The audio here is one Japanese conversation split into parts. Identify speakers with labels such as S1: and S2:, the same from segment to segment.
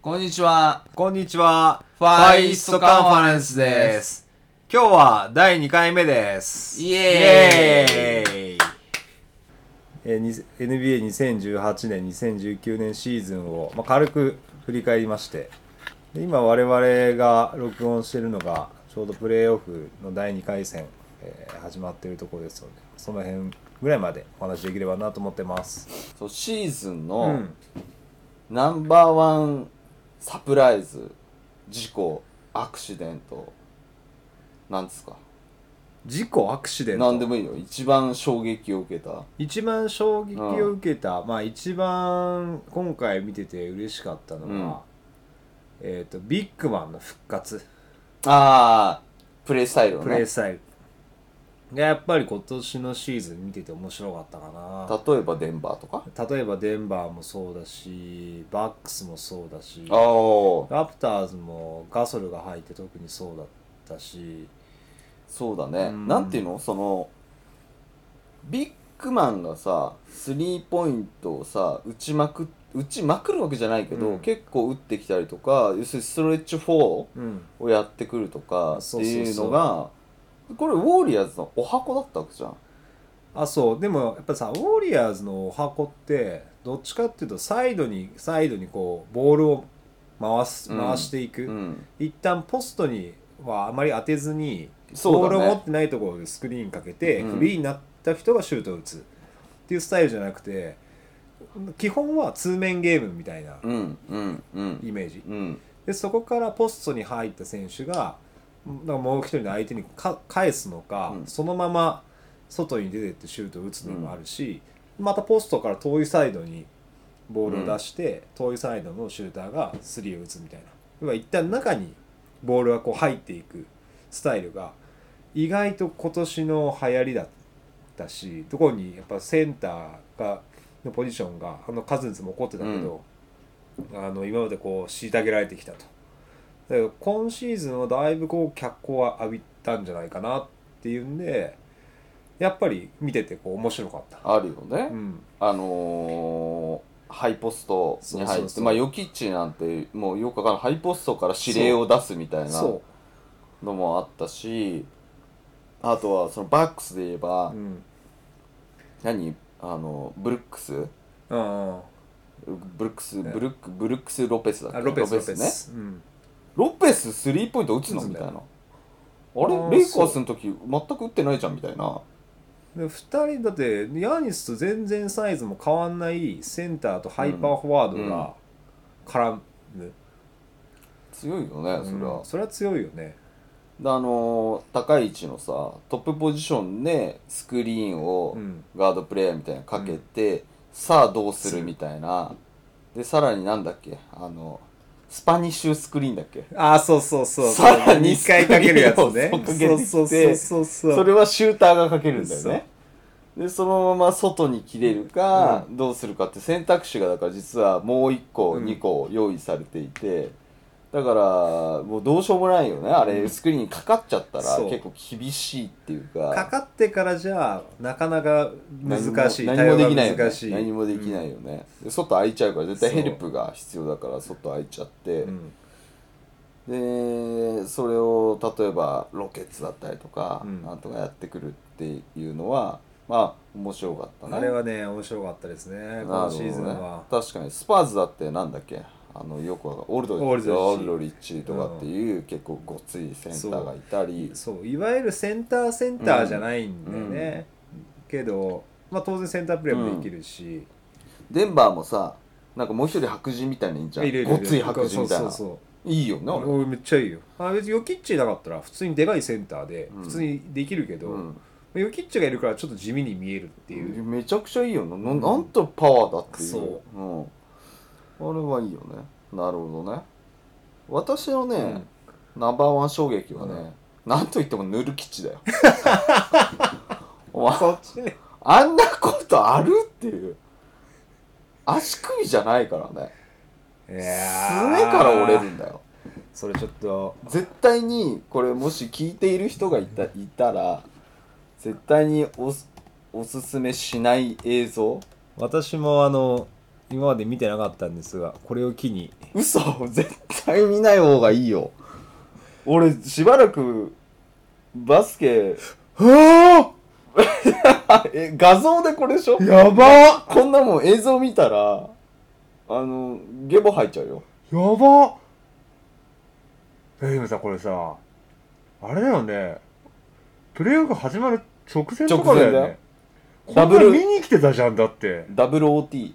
S1: こんにちは。
S2: こんにちは。。
S1: ファイストカンファレンスです
S2: 今日は第2回目です。
S1: イエー
S2: イエーイえーに NBA2018 年、2019年シーズンを、まあ、軽く振り返りまして、で今我々が録音しているのが、ちょうどプレーオフの第2回戦、えー始まっているところですので、その辺ぐらいまでお話できればなと思ってます。
S1: そうシーズン
S2: う
S1: の。ナンバーワンサプライズ、事故、アクシデント、なんですか。
S2: 事故、アクシデント。
S1: なんでもいいよ。一番衝撃を受けた。
S2: 一番衝撃を受けた、まあ一番今回見てて嬉しかったの
S1: うん
S2: は、えっ、とビッグマンの復活
S1: あー、プレイスタイルを
S2: プレ
S1: ね
S2: ー。スタイルがやっぱり今年のシーズン見てて面白かったか
S1: 例えばデンバーとか。
S2: な例えばデンバーもそうだしバックスもそうだし
S1: あー、
S2: ラプターズもガソルが入って特にそうだったし
S1: そうだね。
S2: うん
S1: なんていうのその、ビッグマンがさ、スリーポイントをさ、打ちまくっ打ちまくるわけじゃないけど、
S2: うん
S1: 結構打ってきたりとか要するにストレッチ4
S2: うん
S1: をやってくるとかって
S2: そうそうそう
S1: いうのがこれウォーリアーズのお箱だったわけじゃん
S2: あそうでもやっぱさウォリアーズのお箱ってどっちかっていうとサイドにサイドにこうボールを回す
S1: うん
S2: 回していく、
S1: うん
S2: 一旦ポストにはあまり当てずに、
S1: そ
S2: ボー
S1: う
S2: ルを
S1: だ
S2: 持
S1: ね
S2: ってないところでスクリーンかけて、
S1: うん
S2: フリーになった人がシュートを打つっていうスタイルじゃなくて基本は通面ゲームみたいな
S1: うんうんうん
S2: イメージ、
S1: うん
S2: でそこからポストに入った選手がんなんかもう一人の相手にか返すのか、
S1: うん
S2: そのまま外に出てってシュートを打つのもあるし、またポストから遠いサイドにボールを出して、遠いサイドのシューターがスリーを打つみたいな要は一旦中にボールがこう入っていくスタイルが意外と今年の流行りだったしどこにやっぱセンターがのポジションがあのカズンズも怒ってたけど、あの今までこう虐げられてきたと。だけど今シーズンはだいぶこう脚光は浴びたんじゃないかなっていうんでやっぱり見ててこう面白かった。
S1: あるよね
S2: うん、
S1: あのーハイポストに
S2: そう
S1: 入
S2: そう
S1: って
S2: そう
S1: まあヨキッチなんてもうよくわからんハイポストから指令を出すみたいな
S2: そ
S1: のもあったしあとはそのバックスで言えば、
S2: う、うん、
S1: 何あのブルックス
S2: あ
S1: ブルックス、
S2: ね
S1: ブルックブルックス・ロペスだっ
S2: ー
S1: け
S2: あロペスロペス
S1: ね
S2: うん、
S1: ロペススリーポイント打つの
S2: 打つん
S1: み
S2: だ
S1: たい
S2: よ
S1: な
S2: あ
S1: あ
S2: ー
S1: れレイカーズの時全く打ってないじゃんみたいな
S2: で2人だってヤニスと全然サイズも変わんないセンターとハイパーフォワードが絡む、
S1: 強いよ
S2: う
S1: ね
S2: ん
S1: それは、
S2: それは強いよね
S1: であのー高い位置のさトップポジションでスクリーンを
S2: うん
S1: ガードプレイヤーみたいなのかけて、さあどうするみたいなでさらになんだっけあのスパニッシュスクリーンだっけ
S2: ああそうそうそう
S1: さらに
S2: 2回かけるやつ
S1: ス
S2: ね
S1: クリーンを
S2: そ
S1: そううかけてきて
S2: そうそうそう
S1: それはシューターがかけるんだよねでそのまま外に切れるか、どうするかって選択肢がだから実はもう1個、
S2: うん
S1: 2個用意されていてだからもうどうしようもないよねあれスクリーンにかかっちゃったら
S2: そう
S1: 結構厳しいっていう
S2: か
S1: か
S2: かってからじゃなかなか難しい
S1: 何も何もできないよ
S2: 対応が難し
S1: ね
S2: い
S1: 何もできないよね、で外開いちゃうから絶対ヘルプが必要だから外開いちゃって、
S2: うん
S1: でそれを例えばロケッツだったりとか、
S2: うん
S1: なんとかやってくるっていうのはまあ面白かったね
S2: あれはね面白かったですね
S1: な
S2: 今
S1: るほど
S2: シ
S1: ね
S2: ーズンは
S1: 確かにスパーズだってなんだっけあのよくわかんオールドリ
S2: オールドリッチ
S1: オールドリッチとかっていう、結構ごっついセンターがいたり
S2: そういわゆるセンターセンターじゃないんだよね、けど、まあ、当然センタープレーもできるし、
S1: デンバーもさなんかもう一人白人みたいないんじゃん
S2: いるいる
S1: ご
S2: い
S1: っ
S2: る
S1: つい白人みたいな
S2: そうそうそう
S1: いいよねあれ
S2: 俺めっちゃいいよあ別にヨキッチなかったら普通にでかいセンターで
S1: うん
S2: 普通にできるけど、
S1: うん
S2: ヨキッチがいるからちょっと地味に見えるって いう、
S1: めちゃくちゃいいよなななんとパワーだっていう
S2: そ
S1: うん、あれはいいよねなるほどね私のね、ナンバーワン衝撃はね、なんといってもヌルキッチだよお前
S2: そっちね
S1: あんなことあるっていう足首じゃないからね
S2: い
S1: す
S2: やー
S1: ねから折れるんだよ
S2: それちょっと
S1: 絶対にこれもし聞いている人がいたいたら絶対におすおすすめしない映像
S2: 私もあの今まで見てなかったんですがこれを機に
S1: 嘘絶対見ない方がいいよ俺しばらくバス ケ
S2: は
S1: え画像でこれでしょ
S2: あやば
S1: こんなもん映像見たらあのゲボ吐いちゃうよ
S2: やばえ今さこれさあれだよねプレイオフ始まる直前
S1: とかだよね直前だよダブル
S2: に来てたじゃんだって
S1: ダブル OT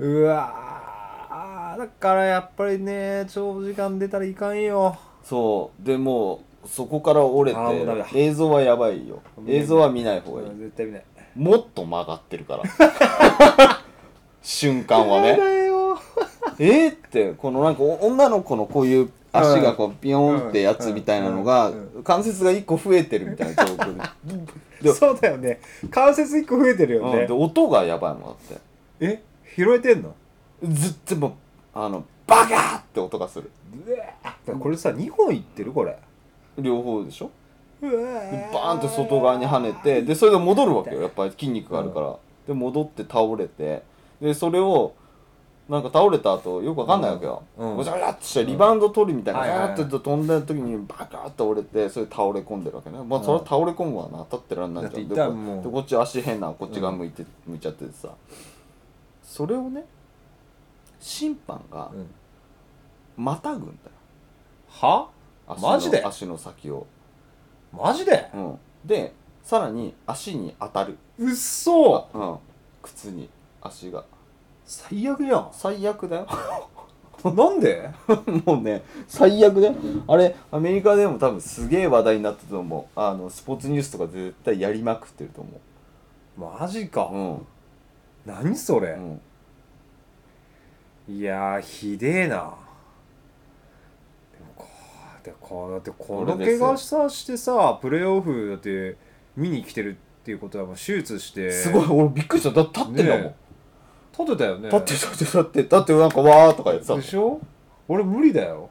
S2: うわーだからやっぱりね長時間出たらいかんよ
S1: そうでもうそこから折れ
S2: あーもうダメだ
S1: て映像はやばいよ映像は見ない方がいい
S2: 絶対見ない
S1: もっと曲がってるから瞬間は
S2: やだ
S1: ね
S2: よ
S1: えーってこのなんかお女の子のこういう足がこうピヨーンってやつみたいなのが
S2: うんうん
S1: 関節が1個増えてるみたいな状況で
S2: そうだよね関節一個増えてるよ
S1: うん
S2: ね
S1: で、音がやばいもんだって
S2: え拾えてんの
S1: ずっともうあのバカーって音がする
S2: うわこれさ2本いってるこれ
S1: 両方でしょ
S2: バ
S1: でバ
S2: ー
S1: ーンって外側に跳ねてでそれで戻るわけよやっぱり筋肉があるから、で戻って倒れてでそれをなんか倒れた後よくわかんないわけよ、
S2: うん
S1: ごちゃごちゃってしてリバウンド取るみたいな、
S2: うん
S1: ガ
S2: はいはいはい
S1: ーッと飛んだ時にバカーッと折れてそれで倒れ込んでるわけねまあそれは倒れ込むわな立ってらんないじゃんで
S2: だって
S1: こ
S2: 一旦もう
S1: でこっち足変なこっち側向いて、向いちゃっててさそれをね審判が
S2: うん
S1: またぐんだよ
S2: は
S1: 足の
S2: マジで
S1: 足の先を、
S2: マジで
S1: うん、でさらに足に当たる
S2: うっそ
S1: うん靴に足が
S2: 最悪じゃん
S1: 最悪だよ
S2: なんで
S1: もうね最悪だよあれアメリカでも多分すげえ話題になったと思うあのスポーツニュースとか絶対やりまくってると思
S2: マジか、
S1: う
S2: 何そ
S1: う、
S2: れ
S1: ん、うん、
S2: いやーひでえなでもこうでこうだってこの
S1: これで
S2: 怪
S1: すよ
S2: 我さしてさプレーオフだって見に来てるっていうことはもう手術して
S1: すごい俺びっくりしただ立ってんだもん、
S2: ね立ってたよね
S1: 立って立って立って立ってなんかわーとかやってたも
S2: で
S1: ん
S2: しょ俺無理だよ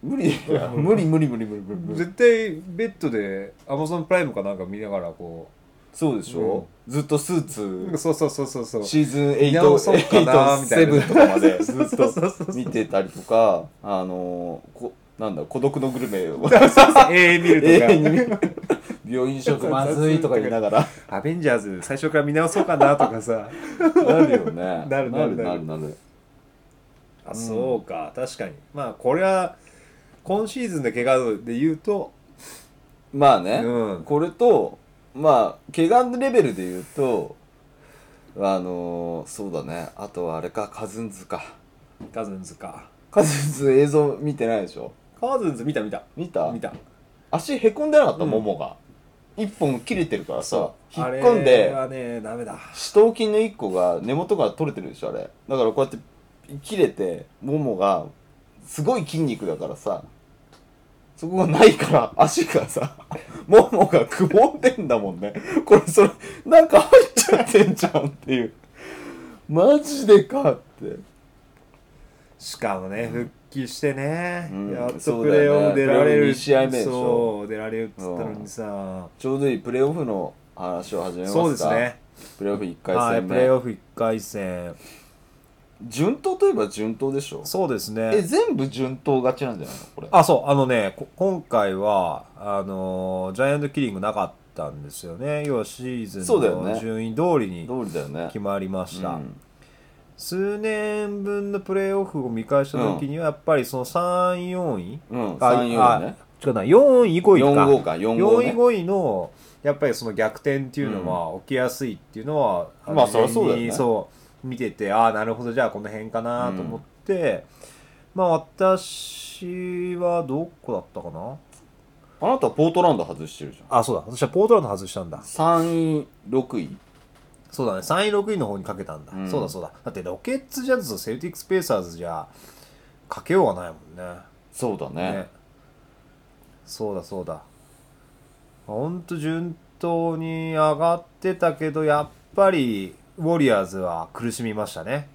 S1: 無理だよ無理無理無理無理無理無理
S2: 絶対ベッドでアマゾンプライムかなんか見ながらこ
S1: そうでしょ、ずっとスー
S2: う、
S1: ツ
S2: そうそうそうそ うそう
S1: シーズン
S2: 見直そうかなみたいな
S1: 8,7とかまでずっ と
S2: そうそうそうそう
S1: 見てたりとかあのー、こなんだ孤独のグルメを
S2: 永遠見ると か、
S1: 永遠に病院食まずいとか言いながら
S2: アベンジャーズ最初から見直そうかなとかさ
S1: なるよね
S2: なるなる
S1: な
S2: な
S1: る
S2: る
S1: なる
S2: あそうか、確かにまあこれは今シーズンの怪我で言うと
S1: まあね、
S2: うん
S1: これとまあ怪我レベルで言うとあのー、そうだねあとはあれかカズンズか
S2: カズンズか
S1: カズンズ映像見てないでしょ
S2: カズンズ見た見た
S1: 見た
S2: 見た
S1: 足へこんでなかった、
S2: うん
S1: ももが一本切れてるからさ引っ
S2: あれ
S1: 込んで
S2: はねダメだ
S1: 四頭筋の一個が根元から取れてるでしょあれだからこうやって切れてももがすごい筋肉だからさそこがないから足がさ ももがくぼんでんだもんねこれそれなんか入っちゃってんじゃんっていうマジでかって
S2: しかもね復帰してね、
S1: うん
S2: やっと
S1: そう
S2: プ
S1: だよね
S2: レーオフ出られ
S1: プレーオフ
S2: る
S1: 二試合目でしょ
S2: そう出られるっつったのにさ、
S1: ちょうどいいプレーオフの話を始めますか
S2: そうですね
S1: プレーオフ1回
S2: はい
S1: 戦
S2: プ
S1: 目、
S2: レーオフ1回戦
S1: 順当といえば順当でしょ
S2: そうです
S1: え
S2: ね
S1: 全部順当勝ちなんじゃないのこれ
S2: あそうあのねこ今回はあのージャイアントキリングなかったんですよね要はシーズン
S1: そうだよ
S2: の
S1: ね
S2: 順位通りに
S1: 通りだよね
S2: 決まりました、
S1: うん
S2: 数年分のプレーオフを見返した時にはやっぱりその3位4位、
S1: うん
S2: あ
S1: 3 4ね
S2: あ違うな4位5位か
S1: 4号か4号、
S2: 4位
S1: ね、
S2: 5位のやっぱりその逆転っていうのは起きやすいっていうのは、
S1: うんまあ
S2: の
S1: そりゃそうだよね
S2: 事前にそう見ててああなるほどじゃあこの辺かなと思って、まあ私はどこだったかな
S1: あなたはポートランド外してるじゃん
S2: あそうだ私はポートランド外したんだ
S1: 3位6位
S2: そうだね3位6位の方にかけたんだ、
S1: うん
S2: そうだそうだだってロケッツジャズとセルティックスペーサーズじゃかけようがないもんね
S1: そうだね
S2: ねそうだそうだほんと順当に上がってたけどやっぱりウォリアーズは苦しみましたね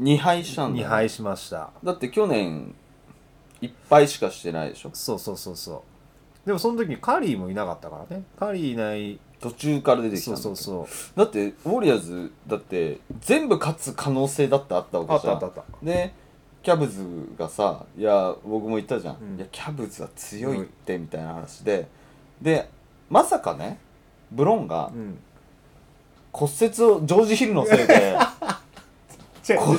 S1: 2敗したんだ
S2: 2
S1: よ
S2: 敗しました
S1: だって去年1敗しかしてないでしょ
S2: そうそうそうそうでもその時にカリーもいなかったからねカリーいない
S1: 途中から出てきた
S2: そ
S1: ん
S2: う
S1: だ
S2: そうそう
S1: だってウォリアーズだって全部勝つ可能性だってあったわ
S2: あ
S1: け
S2: っ
S1: じゃ
S2: た
S1: ん
S2: あったあった
S1: でキャブズがさいや僕も言ったじゃん、
S2: うん
S1: いやキャブズは強いってみたいな話ででまさかねブロンが
S2: うん
S1: 骨折をジョージ・ヒルのせいで
S2: 違う
S1: 骨折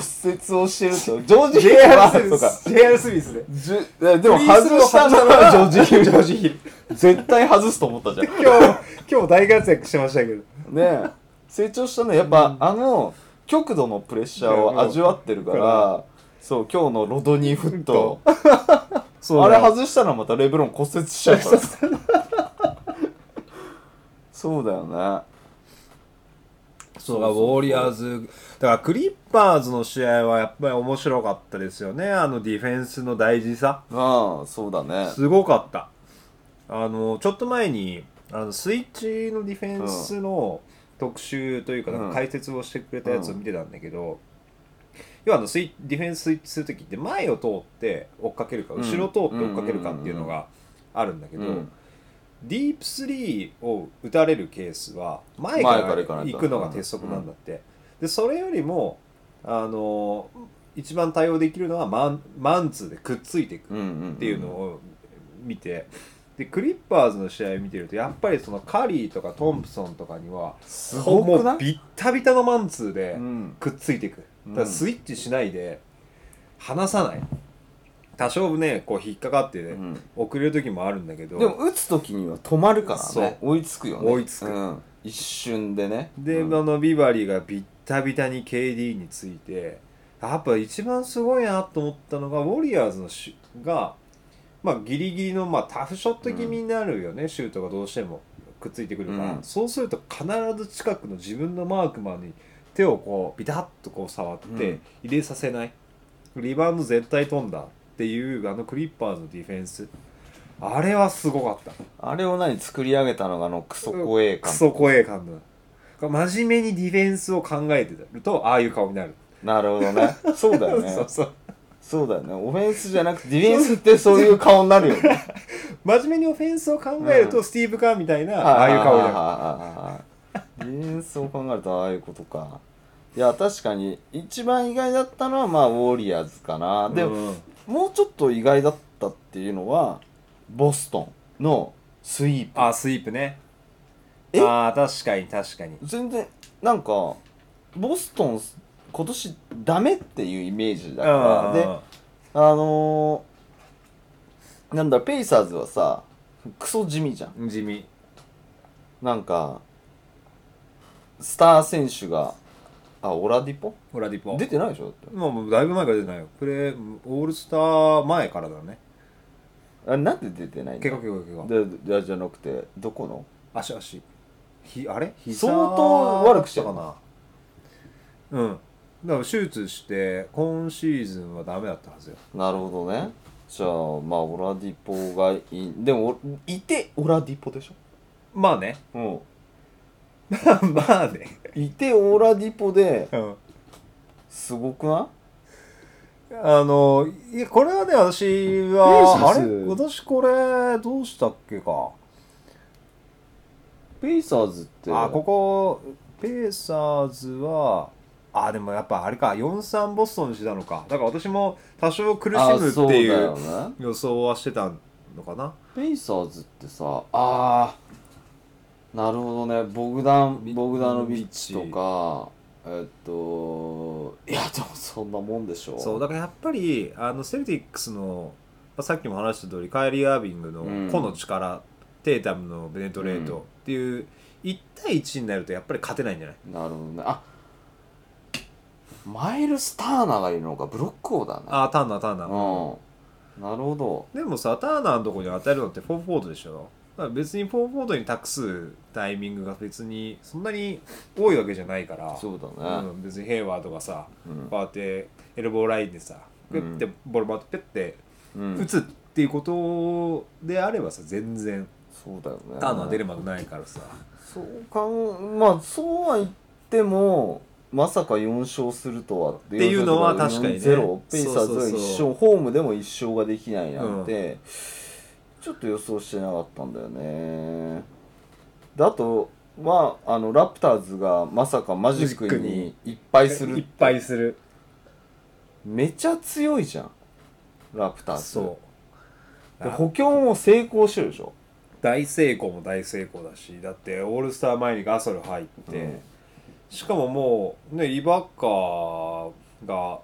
S1: をしてるとジョージ・ヒル
S2: JR
S1: は
S2: スミ
S1: とか
S2: ス JR スミスで
S1: じゅえでも
S2: フリースロー
S1: 外したのはジョージ・ヒル
S2: ジョージヒル
S1: 絶対外すと思ったじゃんね
S2: 今日今日大活躍してましたけど
S1: え成長したねやっぱ、
S2: うん
S1: あの極度のプレッシャーを味わってるか
S2: いやも
S1: らそう今日のロドニーフット
S2: そう
S1: あ
S2: だ
S1: れ
S2: よ
S1: 外したらまたレブロン骨折しちゃうからそうだよね
S2: そうだウォリアーズだからクリッパーズの試合はやっぱり面白かったですよねあのディフェンスの大事さ
S1: ああそうだね
S2: すごかったあのちょっと前にあのスイッチのディフェンスの特集というか
S1: うん
S2: なんか解説をしてくれたやつを見てたんだけど、要はあのスイディフェンススイッチする時って前を通って追っかけるか
S1: うん
S2: 後ろ通って追っかけるかっていうのがあるんだけ
S1: う
S2: ど、
S1: ん
S2: ディープスリーを打たれるケースは前
S1: 前から行か
S2: か
S1: な
S2: ら
S1: いと
S2: 行くのが鉄則なんだって、でそれよりもあの一番対応できるのはマンマンツーでくっついていく
S1: うんうん
S2: っていうのを見てでクリッパーズの試合見てるとやっぱりそのカリーとかトンプソンとかには
S1: すごく
S2: も
S1: な
S2: う
S1: い
S2: ビッタビタのマンツーで
S1: うん
S2: くっついていく
S1: うん
S2: だからスイッチしないで離さない多少ねこう引っかかって
S1: う
S2: ね、
S1: ん
S2: 遅れる時もあるんだけど
S1: でも打つ時には止まるから
S2: そう
S1: ね追いつくよね
S2: 追いつく
S1: うん一瞬でね
S2: で、
S1: うん
S2: あのビバリーがビッタビタに KD についてやっぱ一番すごいなと思ったのがウォリアーズのシュが、まあ、ギリギリの、まあ、タフショット気味になるよね、シュートがどうしてもくっついてくるから、
S1: うん
S2: そうすると必ず近くの自分のマークマンに手をこうビタッとこう触っ
S1: う
S2: て
S1: ん
S2: 入れさせない、リバウンド絶対飛んだっていうあのクリッパーズのディフェンスあれはすごかった。
S1: あれを何作り上げたのがあのクソ怖え
S2: ク
S1: 感
S2: ソ怖え感だ真面目にディフェンスを考えてるとああいう顔になる、
S1: なるほどねそうだよ
S2: そう
S1: ね
S2: そう
S1: そうだよねオフェンスじゃなくてディフェンスってそういう顔になるよね
S2: 真面目にオフェンスを考えると、
S1: う
S2: スティーブ・カーみたいな ああいう顔にな
S1: な
S2: る
S1: る ディフェンスを考えるとああいうことかいや確かに一番意外だったのはまあウォリアーズかなでも、
S2: うん
S1: もうちょっと意外だったっていうのはボストンのスイープ
S2: あスイープね
S1: え
S2: ああ確かに確かに
S1: 全然なんかボストン今年ダメっていうイメージだからであのー、なんだろうペイサーズはさクソ地味じゃん
S2: うん地味
S1: なんかスター選手があオラディポ
S2: オラディポ
S1: 出てないでしょだって
S2: もうもうだいぶ前から出てないよプレーオールスター前からだね
S1: あれなんで出てないの
S2: 結構結構結構
S1: ででじゃなくてどこの
S2: 足足ひあれ
S1: 相当悪くしてる
S2: たかなうんだから手術して今シーズンはダメだったはずよ
S1: なるほどねじゃあまあオラディポがいいでもおいてオラディポでし
S2: まあね
S1: ょ
S2: まあね
S1: うんいてオラディポで
S2: うん
S1: すごくない
S2: あのいやこれはね私はあ
S1: レイ
S2: れ
S1: シス
S2: 私これどうしたっけか
S1: ペイサーズって
S2: あここペーサーズはあでもやっぱあれか43ボストンにしてたのかだから私も多少苦しむってい
S1: あそううだよね
S2: 予想はしてたのかな
S1: ペイサーズってさあーなるほどねボグダンボグダノビッチとかえっといやでもそんなもんでしょ
S2: そうだからやっぱりあのセルティックスのまあさっきも話した通りカイリー・アービングの
S1: うん
S2: 個の力、テータムのベネトレー
S1: うん
S2: トっていう1対1になるとやっぱり勝てないんじゃない
S1: なるほどねあマイルスターナーがいるのかブロック王だね
S2: ああターナーターナー、
S1: うんなるほど
S2: でもさターナーのとこに当たるのってフォーフォードでしょだから別にフォーフォードに託すタイミングが別にそんなに多いわけじゃないから
S1: そうだね
S2: うん、別にヘイワードがさ
S1: うん
S2: こうやってエルボーラインでさペッてボール回ってペッて
S1: うん
S2: 打つっていうことであればさ全然
S1: そうだよね
S2: ターナー出るまでないからさ
S1: そうかんまあそうは言ってもまさか4勝するとはって
S2: っていうのは
S1: 4勝と
S2: 確かにね
S1: 4-0ペイサーズ
S2: そう
S1: は
S2: そう
S1: 一
S2: そ
S1: 勝
S2: う
S1: ホームでも1勝ができないなんて、ちょっと予想してなかったんだよねであとはあのラプターズがまさかマジックにいっぱいす
S2: いっ
S1: る
S2: ぱいする
S1: めちゃ強いじゃんラプターズ
S2: そう
S1: で
S2: あ
S1: 補強も成功してるでしょ
S2: 大成功も大成功だしだってオールスター前にガソル入って、
S1: うん
S2: しかももうねリバッカーが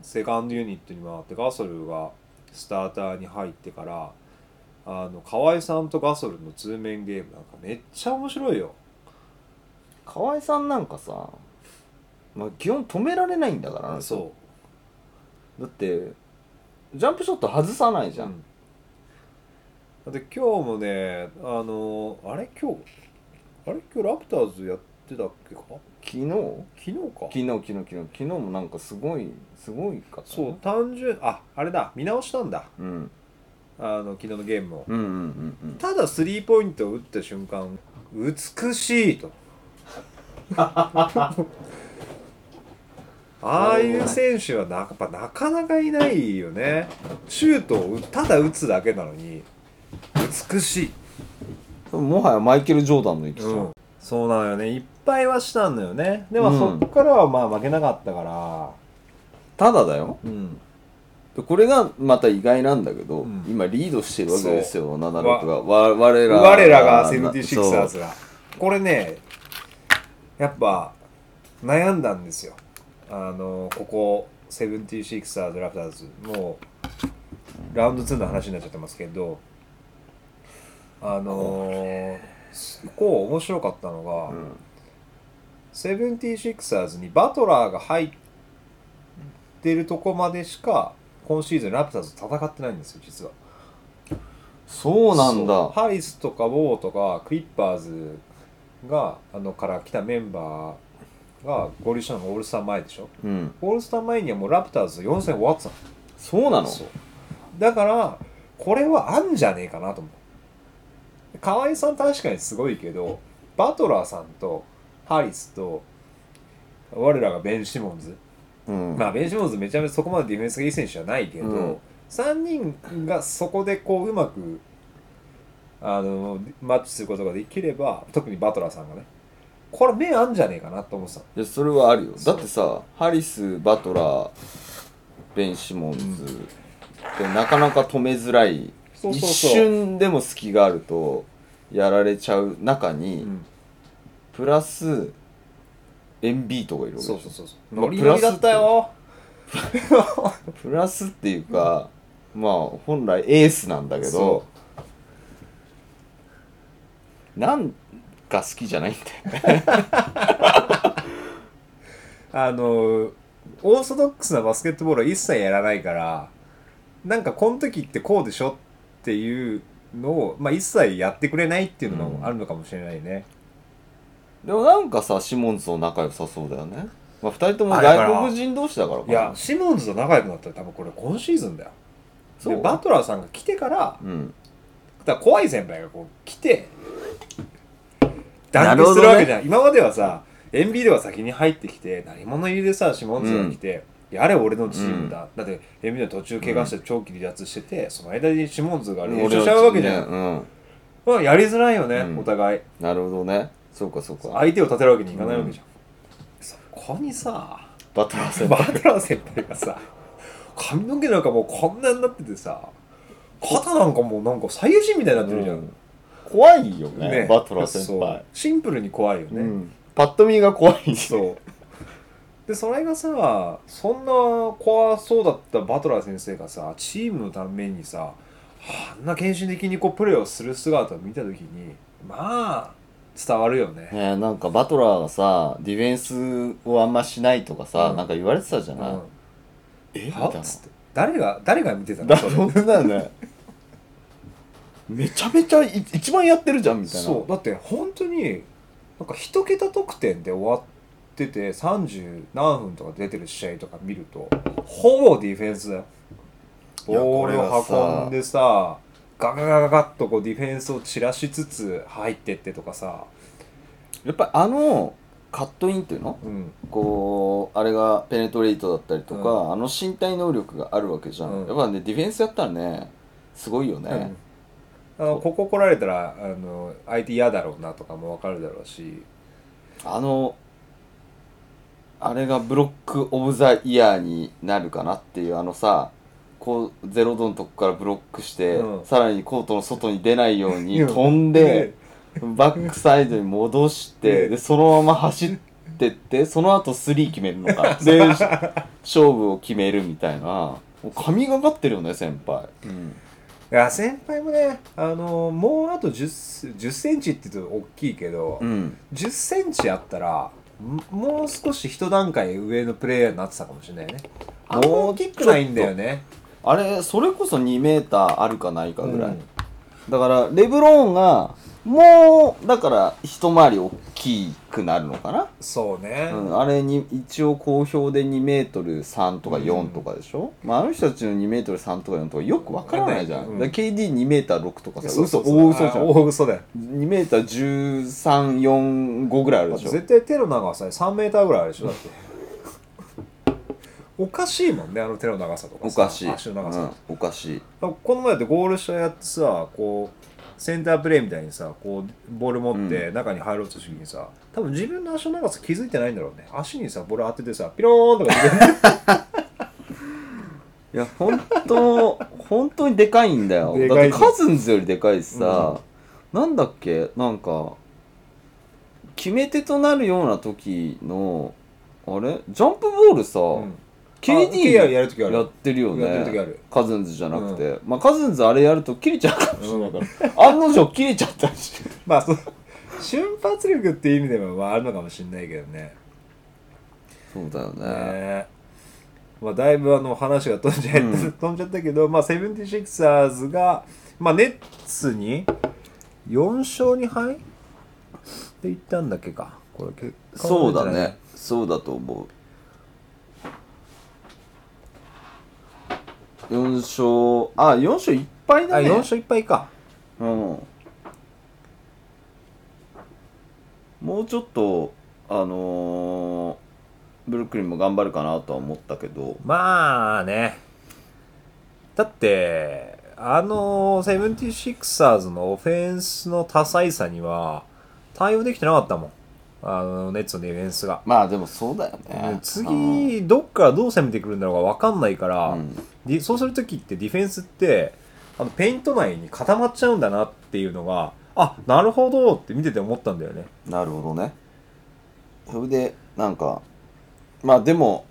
S2: セカンドユニットに回ってガソルがスターターに入ってからあの河合さんとガソルの通面ゲームなんかめっちゃ面白いよ
S1: 河合さんなんかさ、まあ、基本止められないんだからな
S2: そ
S1: だってジャンプショット外さないうじゃん、
S2: うんだって今日もねあのあれ今日あれ今日ラプターズやってたっけか
S1: 昨日
S2: 昨日か
S1: 昨日昨日昨日昨日もなんかすごいすごいかった
S2: そう単純ああれだ見直したんだ
S1: う、うん、
S2: あの昨日のゲームを、
S1: うんうんうんうん
S2: ただスリーポイントを打った瞬間美しい とああいう選手はなやっぱなかなかいないよねシュートをただ打つだけなのに美しい、
S1: もはやマイケル・ジョーダンの域じゃん、
S2: うんそうなのよねいっぱいはしたんだよねでも
S1: う
S2: そ
S1: ん
S2: っからはまあ負けなかったから
S1: ただだよ
S2: うん、
S1: でこれがまた意外なんだけど、
S2: うん
S1: 今リードしてるわけですよ76が
S2: わ
S1: わ我ら
S2: 我らがセブ
S1: な
S2: ンティシクサーズがこれねやっぱ悩んだんですよあのここセブンティシクサーズラプターズもうラウンド2の話になっちゃってますけどあのーすこう面白かった
S1: そ
S2: の
S1: う
S2: が、
S1: うん
S2: セブンティシクサーズにバトラーが入ってるとこまでしか今シーズンラプターズ戦ってないんですよ実は
S1: そうなん
S2: そう
S1: だ
S2: ハリスとかウォーとかクリッパーズがあのから来たメンバーが合流したのがオールスター前でしょ
S1: うん
S2: オールスター前にはもうラプターズ4戦終わってたの
S1: そうなの
S2: そうだからこれはあんじゃねえかなと思う河合さん確かにすごいけどバトラーさんとハリスと我らがベン・シモンズ
S1: うん
S2: まあベン・シモンズめちゃめちゃそこまでディフェンスがいい選手じゃないけど、
S1: うん
S2: 3人がそこでこううまくあのマッチすることができれば特にバトラーさんがねこれ目あんじゃねえかなと思ってたの
S1: いやそれはあるよ
S2: そ
S1: だ
S2: う
S1: ってさハリスバトラーベン・シモンズってなかなか止めづらい
S2: そう
S1: 一
S2: そうそう
S1: 瞬でも隙があるとやられちゃう中
S2: う
S1: に、
S2: ん
S1: プラスエンビートがいるわけで
S2: そう
S1: し
S2: そ
S1: ょ
S2: うそうそう
S1: まあ
S2: ノリノリだったよ
S1: プラスっていうか、まあ本来エースなんだけど
S2: そ
S1: なんか好きじゃないんだよね
S2: あのオーソドックスなバスケットボールは一切やらないからなんかこの時ってこうでしょっていうのを、まあ、一切やってくれないっていうのもあるのかもしれないね、
S1: でもなんかさシモンズと仲良さそうだよねまあ、2人とも
S2: あだから
S1: 外国人同士だからかない
S2: やシモンズと仲良くなったら多分これ今シーズンだよ
S1: そ
S2: で
S1: う
S2: バトラーさんが来てから
S1: うん
S2: だから怖い先輩がこう来て
S1: な
S2: 断
S1: るほど
S2: 絶す
S1: ね
S2: るわけじゃん、今まではさ NB では先に入ってきて何者入りでさシモンズが来て、やれ俺のチームだ、だって NB の途中怪我して長期離脱してて、その間にシモンズが練習しちゃうわけじゃん、
S1: 俺はね
S2: まあ、やりづらいよね、
S1: うん
S2: お互い
S1: うんなるほどねそうかそうか
S2: 相手を立てるわけにいかないわけじゃん、そこにさ
S1: バトラー先
S2: バ
S1: 輩
S2: トラー先輩がさ髪の毛なんかもうこんなになっててさ肩なんかもうなんか左右人みたいになってるじゃん、
S1: うん怖いよね
S2: ね
S1: バトラー先
S2: そ
S1: 輩
S2: うシンプルに怖いよ
S1: う
S2: ね、
S1: んパッと見が怖いし
S2: そうでそれがさそんな怖そうだったバトラー先生がさチームのためにさあんな献身的にこうプレーをする姿を見た時にまあ伝わるよね、
S1: ねえなんかバトラーがさディフェンスをあんましないとかさ、
S2: うん
S1: なんか言われてたじゃ
S2: うん
S1: ない、えみた
S2: はっ
S1: い
S2: つって誰が誰が見てた
S1: な
S2: の
S1: だ
S2: それ
S1: 本当だよねめちゃめちゃい一番やってるじゃんみたいな
S2: そうだって本当になんか一桁得点で終わってて30何分とか出てる試合とか見るとほぼディフェンスだよ
S1: い
S2: ボ
S1: や
S2: ール
S1: これはさ
S2: を運んでさガガガガガッとこうディフェンスを散らしつつ入ってってとかさ、
S1: やっぱりあのカットインっていうの
S2: うん、
S1: こうあれがペネトレートだったりとか、
S2: うん
S1: あの身体能力があるわけじゃん、
S2: うん
S1: やっぱねディフェンスやったらねすごいよね、
S2: うんあのここ来られたらあの相手嫌だろうなとかも分かるだろうし
S1: あのあれがブロック・オブ・ザ・イヤーになるかなっていうあのさこうゼロ度のとこからブロックして、
S2: うん
S1: さらにコートの外に出ないように
S2: うん
S1: 飛んで、バックサイドに戻して、
S2: うん
S1: でそのまま走ってってその後スリー決めるの かで勝負を決めるみたいなもう神がかってるよね先輩、うん、
S2: いや先輩もねあのもうあと1 0 10センチって言うと大きいけど、
S1: うん、
S2: 1 0センチあったらんもう少し一段階上のプレイヤーになってたかもしれないね
S1: あんま
S2: 大きくないんだよね
S1: あれそれこそ2メーターあるかないかぐらい、
S2: うん
S1: だからレブローンがもうだから一回り大きくなるのかな、
S2: そうね、
S1: うん、あれに一応公表で2メートル3とか4とかでしょ、まあ、あの人たちの2メートル3とか4とかよくわからないじゃん、
S2: うん
S1: だ KD2 メーター6とかさ
S2: そう
S1: 嘘
S2: そうそう
S1: 大嘘じゃ
S2: あ
S1: ん
S2: 大嘘だよ
S1: 2メーター1345ぐらいあるでしょ
S2: 絶対手の長さ3メーターぐらいあるでしょだって おかしいもんねあの手の長さとか
S1: お
S2: さ
S1: かしい、
S2: 足の長さ、
S1: うんおかしい
S2: この前だってゴール下やってさこうセンタープレーみたいにさこうボール持って中に入ろうとした時にさ、多分自分の足の長さ気づいてないんだろうね足にさボール当ててさピローンとか言って
S1: いや本当 本当にでかいんだよ
S2: で
S1: だっ
S2: か
S1: て
S2: い
S1: カズンズよりでかいしさ、なんだっけなんか決め手となるような時のあれジャンプボールさ、
S2: うん
S1: KD
S2: あ KD やる時ある
S1: やってるよね
S2: やってる時ある
S1: カズンズじゃなくて、まあカズンズあれやると切れちゃうかもしれないから、案の定切れちゃったし
S2: まあその瞬発力っていう意味でもまああるのかもしれないけどね
S1: そうだよね
S2: ねまあ、だいぶあの話が飛んじゃ,、
S1: うん
S2: 飛んじゃったけど、まあ、セブンティシクサーズが、まあ、ネッツに4勝2敗っていったんだっけかこれ結果は
S1: そうだ
S2: 出てない
S1: ねそうだと思う4勝あ4勝1敗
S2: あ
S1: だね
S2: 4勝1敗か
S1: うんもうちょっとあのーブルックリンも頑張るかなとは思ったけど
S2: まあねだってあのセブンティシクサーズのオフェンスの多彩さには対応できてなかったもんあのネッツのディフェンスが
S1: まあでもそうだよねうん
S2: 次どっからどう攻めてくるんだろうか分かんないから、
S1: うん
S2: でそうするときってディフェンスってあのペイント内に固まっちゃうんだなっていうのがあなるほどって見てて思ったんだよね
S1: なるほどねそれでなんかまあでも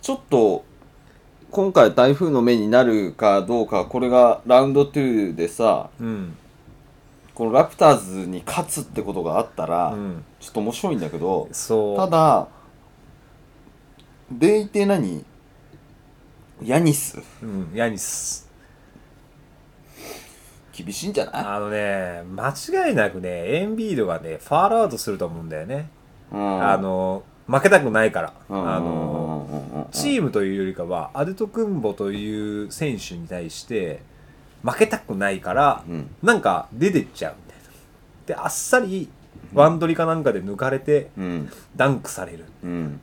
S1: ちょっと今回台風の目になるかどうかこれがラウンド2でさ
S2: うん、
S1: このラプターズに勝つってことがあったら、
S2: うん、
S1: ちょっと面白いんだけど
S2: そう
S1: ただでいて何ヤニス
S2: うん、ヤニス
S1: 厳しいんじゃない
S2: あのね間違いなくねエンビードがねファールアウトすると思うんだよね、
S1: うん
S2: あの負けたくないから、
S1: うん
S2: あの
S1: うんうんうんうん
S2: チームというよりかはアデトクンボという選手に対して負けたくないから、
S1: うん
S2: なんか出てっちゃうみたいなであっさりワンドリかなんかで抜かれて
S1: うん
S2: ダンクされる
S1: うん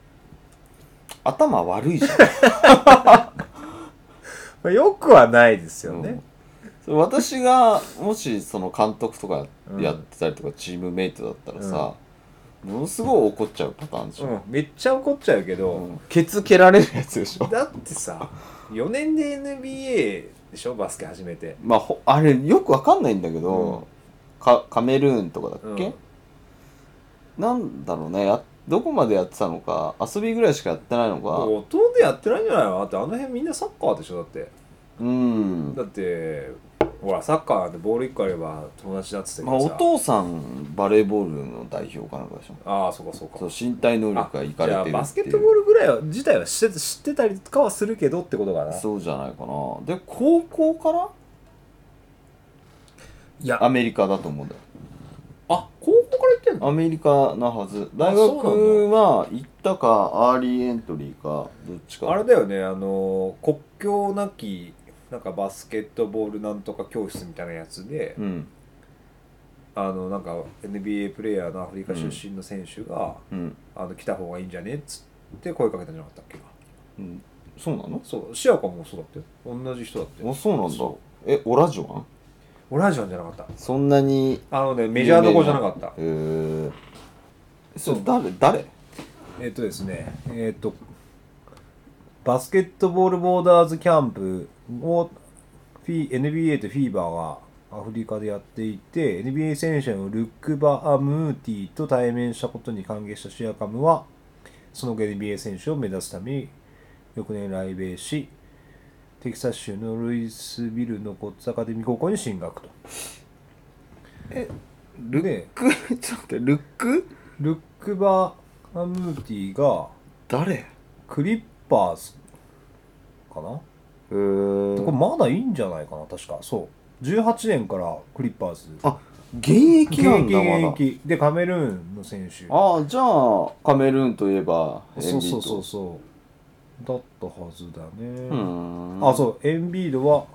S1: 頭悪いじゃん
S2: まあよくはないですよね、
S1: うん私がもしその監督とか
S2: うん
S1: やってたりとかチームメイトだったらさ、ものすごい怒っちゃうパターンでし
S2: う
S1: ょ、
S2: ん、めっちゃ怒っちゃうけ
S1: う
S2: ど、
S1: んケツ蹴られるやつでしょ
S2: だってさ4年で NBA でしょバスケ始めて
S1: まあほあれよくわかんないんだけど、かカメルーンとかだっけ、なんだろうねやどこまでやってたのか遊びぐらいしかやってないのか
S2: ほとんどやってないんじゃないのだってあの辺みんなサッカーでしょだって
S1: うん
S2: だってほらサッカーでボール1個あれば友達だっつって
S1: まあ、お父さんバレーボールの代表かなんかでしょ
S2: ああそうかそうか
S1: そう身体能力がいかれてる
S2: あ
S1: ってい
S2: じ
S1: う
S2: ゃあバスケットボールぐらいは自体は知って知ってたりとかはするけどってことかな
S1: そうじゃないかなで高校から
S2: いや
S1: アメリカだと思うんだよ
S2: あ高校から行ってん
S1: アメリカなはず大
S2: そう
S1: 学は行ったかアーリーエントリーかどっちか
S2: あれだよねあの国境なきなんかバスケットボールなんとか教室みたいなやつで、
S1: うん
S2: あのなんか NBA プレイヤーのアフリカ出身の選手が、
S1: うん、
S2: あの来た方がいいんじゃねっつって声かけたんじゃなかったっけか
S1: うん、そうなの
S2: そうシアカもそうだって同じ人だって
S1: あそうなんだ
S2: そ
S1: えオラジオン
S2: オランジャンじゃなかった
S1: そんなに
S2: あのねメジャーどころじゃなかった
S1: えー、それ誰誰
S2: えっとですねえっとバスケットボールボーダーズキャンプをフィ NBA とフィーバーがアフリカでやっていて NBA 選手のルック・バームーティと対面したことに歓迎したシアカムはその後 NBA 選手を目指すために翌年来米しテキサス州のルイスビルのコッツアカデミー高校に進学と
S1: ル
S2: ね
S1: ク ちょっと待ってルック
S2: ルック・バームーティが
S1: 誰
S2: クリッパーズかな
S1: えー、
S2: これまだいいんじゃないかな確かそう18年からクリッパーズ
S1: あ現役なんだまだ
S2: 現役でカメルーンの選手
S1: ああじゃあカメルーンといえばエンビー
S2: そ
S1: ド
S2: うそうそうそうだったはずだね、
S1: うーん
S2: あそうエンビードは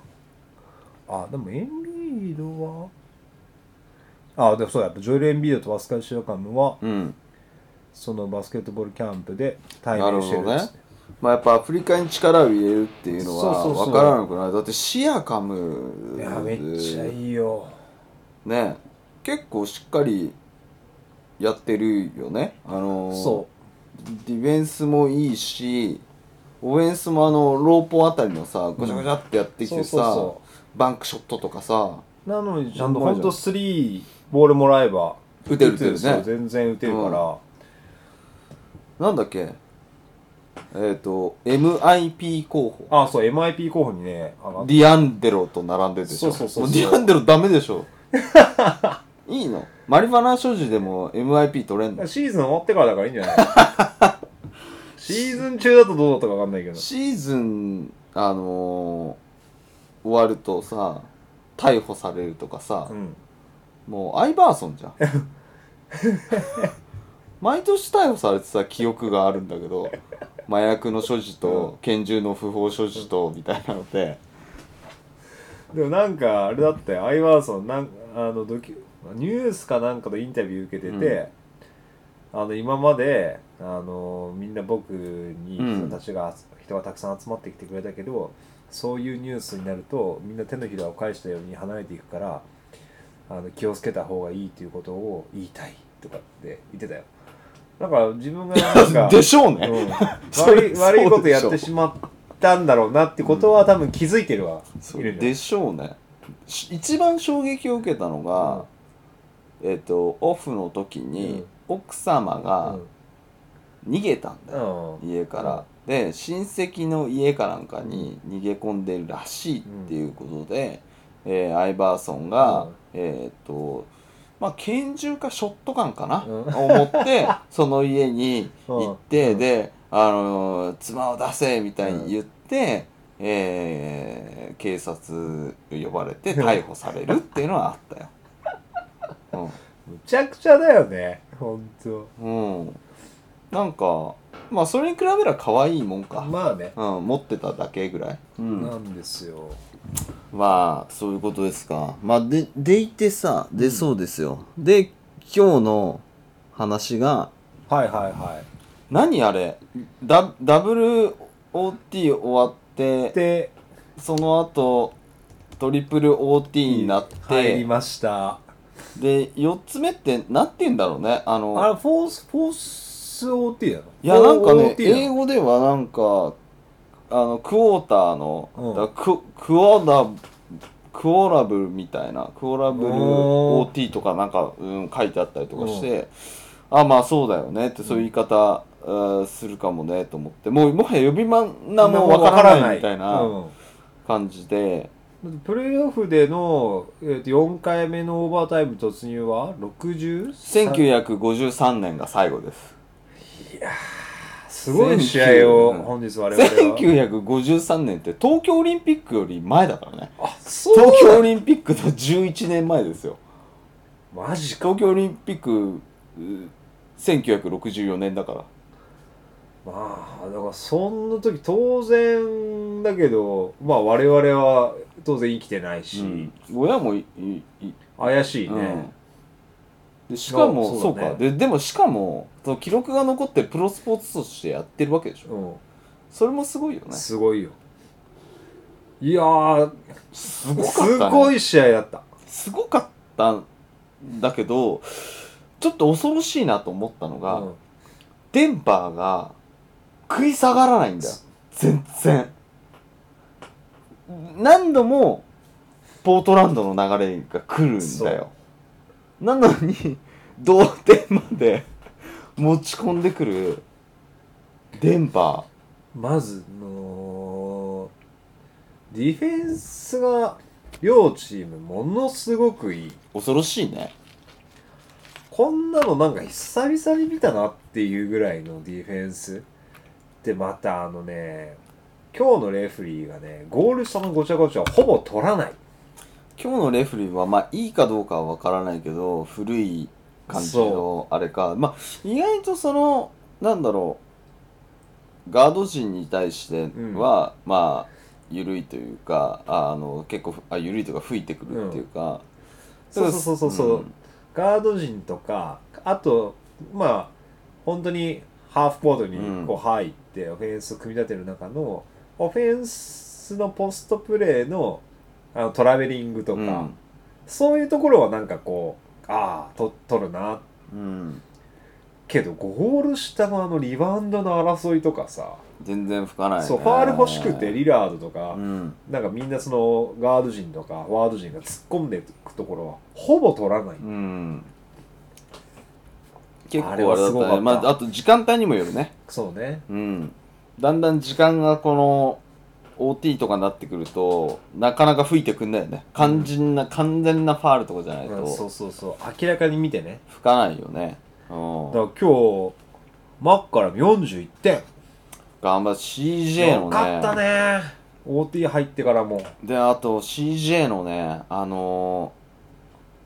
S2: あでもエンビードはあでもそうやっぱジョエル・エンビードとバスカル・シアカムは
S1: うん
S2: そのバスケットボールキャンプで対面してるん
S1: な
S2: で
S1: る
S2: す、
S1: ほどねまあやっぱアフリカに力を入れるっていうのは
S2: そうそうそう
S1: 分からなくないだってシアカム
S2: いやめっちゃいいよ
S1: ね結構しっかりやってるよねあの
S2: そう
S1: ディフェンスもいいしオフェンスもあのローポあたりのさごちゃごちゃってやってきてさ、
S2: そうそうそ
S1: バンクショットとかさ
S2: うなのにちゃんと
S1: うまいじゃん
S2: 本当スリーボールもらえば
S1: 打てる打てるね
S2: そう全然打てるから、
S1: なんだっけえっ、と MIP 候補
S2: あそう MIP 候補にね上がっ
S1: ディアンデロと並んでるでしょ
S2: そうそうそうそう
S1: もディアンデロダメでし ょいいのマリファナ所持でも MIP 取れんの
S2: シーズン終わってからだからいいんじゃ ないシーズン中だとどうだったか分かんないけど
S1: シーズンあのー終わるとさ逮捕されるとかさ
S2: う、ん
S1: もうアイバーソン じゃん毎年逮捕されてた記憶があるんだけど麻薬の所持と拳銃の不法所持とみたいなので
S2: でもなんかあれだったよアイワーソンなんあのドキュニュースかなんかのインタビュー受けてて、あの今まであのみんな僕に
S1: うん
S2: 人たちが、人がたくさん集まってきてくれたけどそういうニュースになるとみんな手のひらを返したように離れていくからあの気をつけた方がいいということを言いたいとかって言ってたよだから自分がなんか
S1: でしょうね、
S2: うん
S1: それ
S2: 悪い悪いことやっ
S1: そうで
S2: て
S1: しょ
S2: しまったんだろうなってことは多分気づいてるわ、
S1: そう
S2: いるんじゃない
S1: でしょうねし一番衝撃を受けたのが、えっ、とオフの時に奥様が逃げたんだ
S2: う
S1: よ、
S2: んうん
S1: 家から、で親戚の家かなんかに逃げ込んでるらしいっていうことで、えーアイバーソンが、
S2: うん
S1: えーっとまあ拳銃かショットガンかな、
S2: うん
S1: を持って その家に行って、
S2: うん
S1: で、あのー妻を出せ」みたいに言って、えー警察呼ばれて逮捕されるっていうのはあったよ。 うん
S2: むちゃくちゃだよね本当
S1: うん、なんかまあそれに比べれば可愛いもんか、
S2: まあね、
S1: うん、持ってただけぐらい、うん
S2: なんですよ
S1: まあそういうことですかまあででいてさ出そうですよ、で今日の話が
S2: はいはいは
S1: 何あれダ WOT 終わって
S2: いで
S1: その後トリプル OT になって、
S2: 入りました
S1: で4つ目って何て言うんだろうねあの
S2: あれフォースフォース OT なの
S1: いやなんかね
S2: 4OT な
S1: 英
S2: の
S1: 語ではなんかあのクォーターの、
S2: うん
S1: だからククオーダクオーラブルみたいなクオーラブル
S2: おー
S1: OT とかなんか、うん、書いてあったりとかして、あまあそうだよねってそういう言い方、うんするかもねと思ってもうもはや呼び名もわからないみたいな
S2: うん
S1: 感じで、
S2: だってプレーオフでの、えーと4回目のオーバータイム突入は 60?
S1: 1953年が最後です
S2: すごい試合を
S1: 19
S2: 本日我々は
S1: 1953年って東京オリンピックより前だからね
S2: あそ
S1: 東京オリンピックの11年前ですよ
S2: マジか
S1: 東京オリンピックう1964年だから
S2: まあだからそんな時当然だけどまあ我々は当然生きてないし、
S1: うん親もいいい
S2: 怪しいね、
S1: うんでしかも
S2: あ
S1: そ,、
S2: そううだね
S1: かででもしかもその記録が残ってプロスポーツとしてやってるわけでしょ
S2: うん
S1: それもすごいよね
S2: すごいよいやー
S1: す
S2: すご
S1: い
S2: い試合だった
S1: すごかったんだけどちょっと恐ろしいなと思ったのが、
S2: うん
S1: デンバーが食い下がらないんだよ全然何度もポートランドの流れが来るんだよなのに同点まで持ち込んでくるデンバ
S2: まずのディフェンスが両チームものすごくいい
S1: ー恐ろしいね
S2: こんなのなんか久々に見たなっていうぐらいのディフェンスでまたあのね今日のレフェリーがねゴール下のごちゃごちゃをほぼ取らない
S1: 今日のレフェリーはまあいいかどうかは分からないけど古い感じのあれかまあ意外とそのなんだろうガード陣に対しては、まあ緩いというかああの結構あ緩いというか吹いてくるっていうか、
S2: そうそうそうそうそう、ガード陣とかあとまあ本当にハーフボードにこう入ってオフェンスを組み立てる中のオフェンスのポストプレーのあのトラベリングと
S1: と
S2: か、
S1: うん
S2: そういうところはなんかこうああと取るな
S1: うん、
S2: けどゴール下のあのリバウンドの争いとかさ、
S1: 全然吹かない、ね、
S2: そうファール欲しくてリラードとか、
S1: うん
S2: なんかみんなそのガード陣とかフォワード陣が突っ込んでいくところはほぼ取らない
S1: うん結構あ
S2: あ
S1: れ
S2: れ
S1: だっ
S2: は
S1: た
S2: すごかった
S1: ねまあ、あと時間帯にもよるね
S2: そうね
S1: うん、だんだん時間がこの OT とかになってくるとなかなか吹いてくんだよね肝心な、完全なファールとかじゃない
S2: うんそう
S1: と
S2: そうそう明らかに見てね
S1: 吹かないよね、う
S2: だ
S1: ん
S2: から、今日マッカラム41点
S1: 頑張っ CJ のね
S2: よかったね OT 入ってからも
S1: であと CJ のねあのー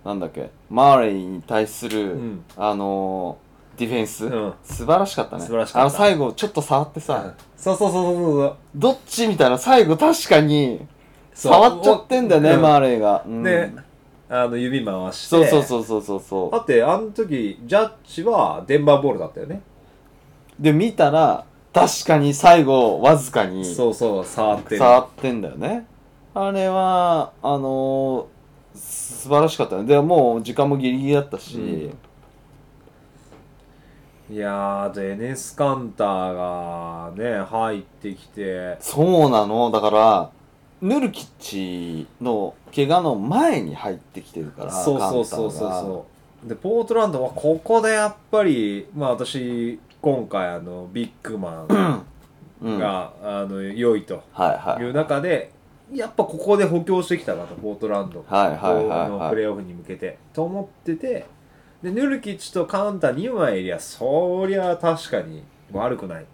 S1: なんだっけマーレイに対する、
S2: うん
S1: あのーディフェンス、
S2: うん
S1: 素晴らしかったね
S2: 素晴らしかった
S1: あの最後ちょっと触ってさ、
S2: そうそうそうそうそう
S1: どっちみたいな最後確かに
S2: そう
S1: 触っちゃってんだよね、
S2: うん
S1: マーレイが、うん
S2: であの指回して
S1: そうそうそうそうそう
S2: だ
S1: そ
S2: ってあの時ジャッジはデンバーボールだったよね
S1: うで見たら確かに最後わずかに
S2: そうそう触ってる
S1: 触ってんだよねあれはあのー素晴らしかったねでもう時間もギリギリだったし、
S2: うんいやーでエネスカンターがね入ってきて
S1: そうなのだからヌルキッチの怪我の前に入ってきてるから
S2: そうそうそうそ
S1: カンタ
S2: う
S1: ーが
S2: そうでポートランドはここでやっぱりまあ私今回あのビッグマン
S1: うん、はい
S2: が、あの良いと
S1: はい
S2: いう中でやっぱここで補強してきたなとポートランド
S1: はいはいはい
S2: の
S1: は
S2: プ
S1: い
S2: レーオフに向けてと思っててでヌルキッチとカウンター2枚いりゃそりゃ確かに悪くない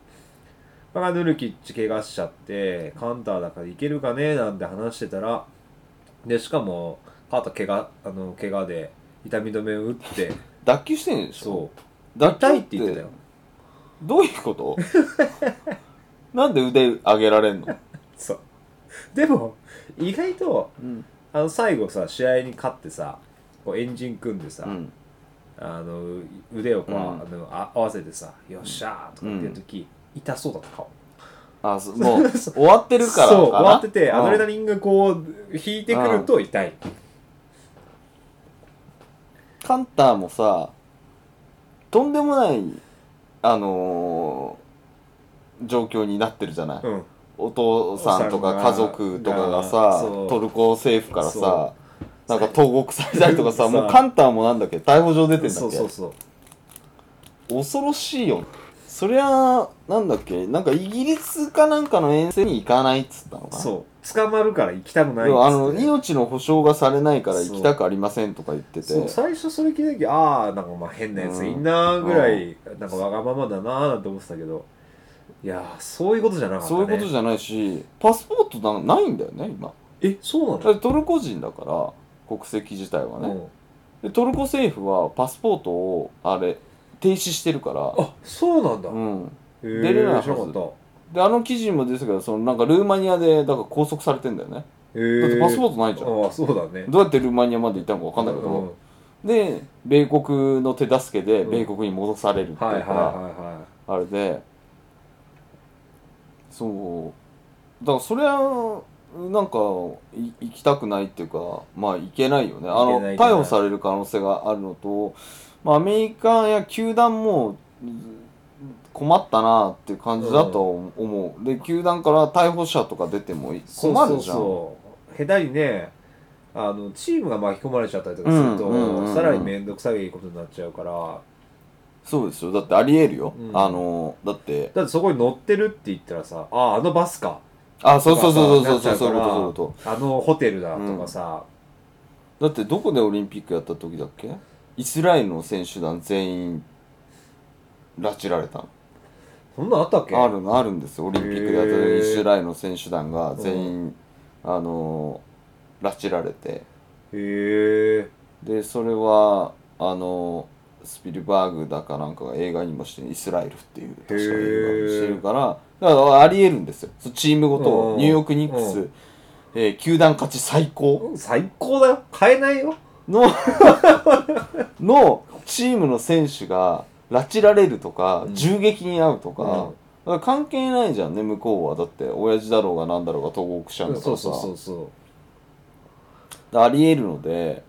S2: だからヌルキッチ怪我しちゃってカウンターだからいけるかねなんて話してたらでしかも肩怪我あの怪我で痛み止めを打って
S1: 脱臼してんでしょ
S2: そう
S1: 脱臼
S2: 痛いって言ってたよ
S1: どういうこと なんで腕上げられんの、
S2: そうでも意外と
S1: うん
S2: あの最後さ試合に勝ってさこうエンジン組んでさ、
S1: うん、
S2: あの腕をこう、
S1: うん
S2: あのあ合わせてさ「よっしゃー」とかっていう時、痛そうだった顔
S1: あそもう終わってるからかな
S2: そう終わってて
S1: うん
S2: アドレナリンがこう引いてくると痛い、
S1: カンターもさとんでもないあのー状況になってるじゃない、
S2: うん
S1: お父さんとか
S2: お父さんが
S1: 家族とかが
S2: が
S1: さ
S2: そう
S1: トルコ政府から
S2: そ
S1: さなんか投獄されたりとかさ
S2: そう
S1: もうカンターもなんだっけ逮捕状出てんだっけ
S2: そうそうそう
S1: 恐ろしいよそりゃなんだっけなんかイギリスかなんかの遠征に行かないっつったのかな
S2: そう捕まるから行きたくない
S1: でもあ
S2: っ
S1: の
S2: つって
S1: 命の保証がされないから行きたくありませんとか言ってて
S2: そう最初それ聞いた時ああなんかまあ変なやついんなーぐらい、なんかわがままだなーなんて思ってたけどいやーそういうことじゃなかった
S1: そ
S2: ね
S1: ういうことじゃないしパスポートなないんだよね今
S2: えそうな
S1: だってトルコ人だから国籍自体は
S2: の、
S1: ね、でトルコ政府はパスポートをあれ停止してるから
S2: うんあそうなんだ、
S1: う
S2: へ
S1: ん
S2: ー
S1: 出れないはず
S2: 知らなかった
S1: であの記事にも出てたけどそのなんかルーマニアでだから拘束されてんだよね
S2: え
S1: だってパスポ
S2: ー
S1: ートないじゃん、
S2: ああそうだね
S1: どうやってルーマニアまで行ったのか分かんないけど、で米国の手助けで
S2: うん
S1: 米国に戻されるって
S2: は
S1: い
S2: いはいうはい
S1: か、
S2: は
S1: あれでそうだからそれはなんかい行きたくないっていうかまあ行けないよねあ
S2: 行
S1: の
S2: けない行けない
S1: 逮捕される可能性があるのと、まあ、アメリカや球団もうん困ったなっていう感じだと思う、で球団から逮捕者とか出てもい
S2: そう
S1: 困
S2: そう
S1: るじゃん
S2: そう下手にねあのチームが巻き込まれちゃったりとかすると、
S1: うんうんうんうん
S2: さらに面倒くさいことになっちゃうから
S1: そうですよだってありえるよ、
S2: うん
S1: あのだって
S2: だってそこに乗ってるって言ったらさああのバスか
S1: あそうそうそうそうそうそう
S2: と
S1: そういう
S2: か
S1: ことそう
S2: さ
S1: いうこ
S2: あのホテルだとかさ、
S1: とだってどこでオリンピックやった時だっけイスラエルの選手団全員拉致られたの
S2: そんなんあったっけ
S1: あるのあるんですよオリンピックでやった
S2: へ
S1: 時
S2: ー
S1: イスラエルの選手団が全員、あの拉致られて
S2: へえ
S1: でそれはあのスピルバーグだかなんかが映画にもしてイスラエルっていう確か映画にしてるからだからありえるんですよそうチームごと
S2: うん
S1: ニューヨーク・ニック
S2: う
S1: ス、えー球団勝ち最高
S2: 最高だよ買えないよ
S1: の のチームの選手が拉致られるとか、
S2: うん
S1: 銃撃に遭うとか、
S2: うん
S1: だから関係ないじゃんね向こうはだって親父だろうがなんだろうが投獄しちゃうんだか
S2: そ
S1: ら
S2: う
S1: さ
S2: そうそうそ
S1: ありえるので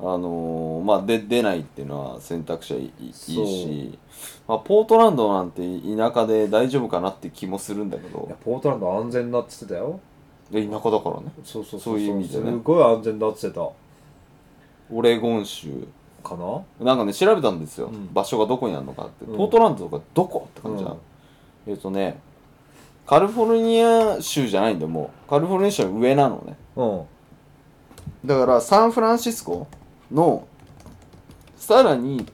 S1: あのーまあで出ないっていうのは選択肢はいいいい
S2: そう
S1: し、まあ、ポートランドなんて田舎で大丈夫かなって気もするんだけ
S2: うい
S1: ど
S2: やポートランド安全だっつってたよ
S1: で田舎だからね
S2: そうそう
S1: そういう意味でね
S2: すごい安全だっつってた
S1: オレゴン州
S2: かな
S1: なんかね調べたんですよ、
S2: うん
S1: 場所がどこにあるのかって、
S2: うん
S1: ポートランドとかどこって感じなの、えっ、とねカリフォルニア州じゃないんでもうカリフォルニア州は上なのね
S2: うん
S1: だからサンフランシスコのさらに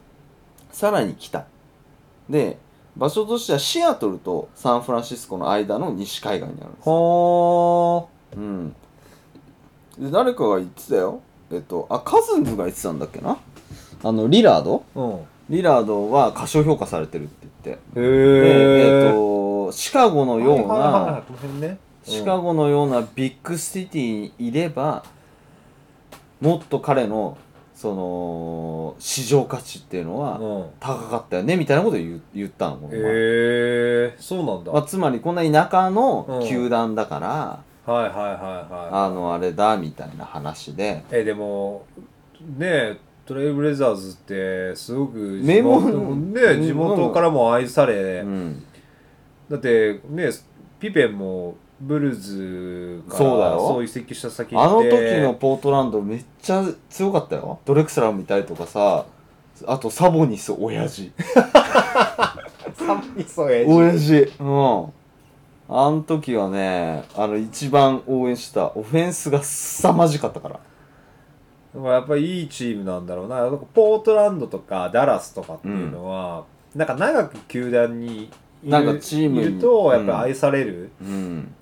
S1: さらに北で場所としてはシアトルとサンフランシスコの間の西海岸にあるんです
S2: は
S1: うんで誰かが言ってたよえっとあカズンズが言ってたんだっけなあのリラード
S2: あうん
S1: リラードは過小評価されてるって言って
S2: へ
S1: で
S2: え
S1: えっとシカゴのよう
S2: はいはいはいは
S1: ない
S2: この辺ね
S1: シカゴのようなビッグシティにいればもっと彼のその市場価値っていうの
S2: う
S1: は
S2: んうん
S1: 高かったよねみたいなことを言う言ったのこの前
S2: へえそうなんだ
S1: まあ、
S2: はい
S1: つまりこんな田舎の球団だから、
S2: はいはいはい
S1: あのあれだみたいな話で
S2: えでもねえトレイルブレザーズってすごく
S1: 名門
S2: 門ね地元からも愛さ
S1: う
S2: れ
S1: ん
S2: だってねピペンもブルーズから
S1: そうだよ
S2: そう移籍した先行
S1: あの
S2: って
S1: 時のポートランドめっちゃ強かったよドレクスラーもいたりとかさあとサボニス親父
S2: 時のそうや
S1: 親父うんあの時はねあの一番応援したオフェンスが凄まじかったから
S2: まあやっぱりいいチームなんだろうななんかポートランドとかダラスとかっていうのは、なんか長く球団にいる
S1: なんかチームに
S2: いるとやっぱ愛される、
S1: うん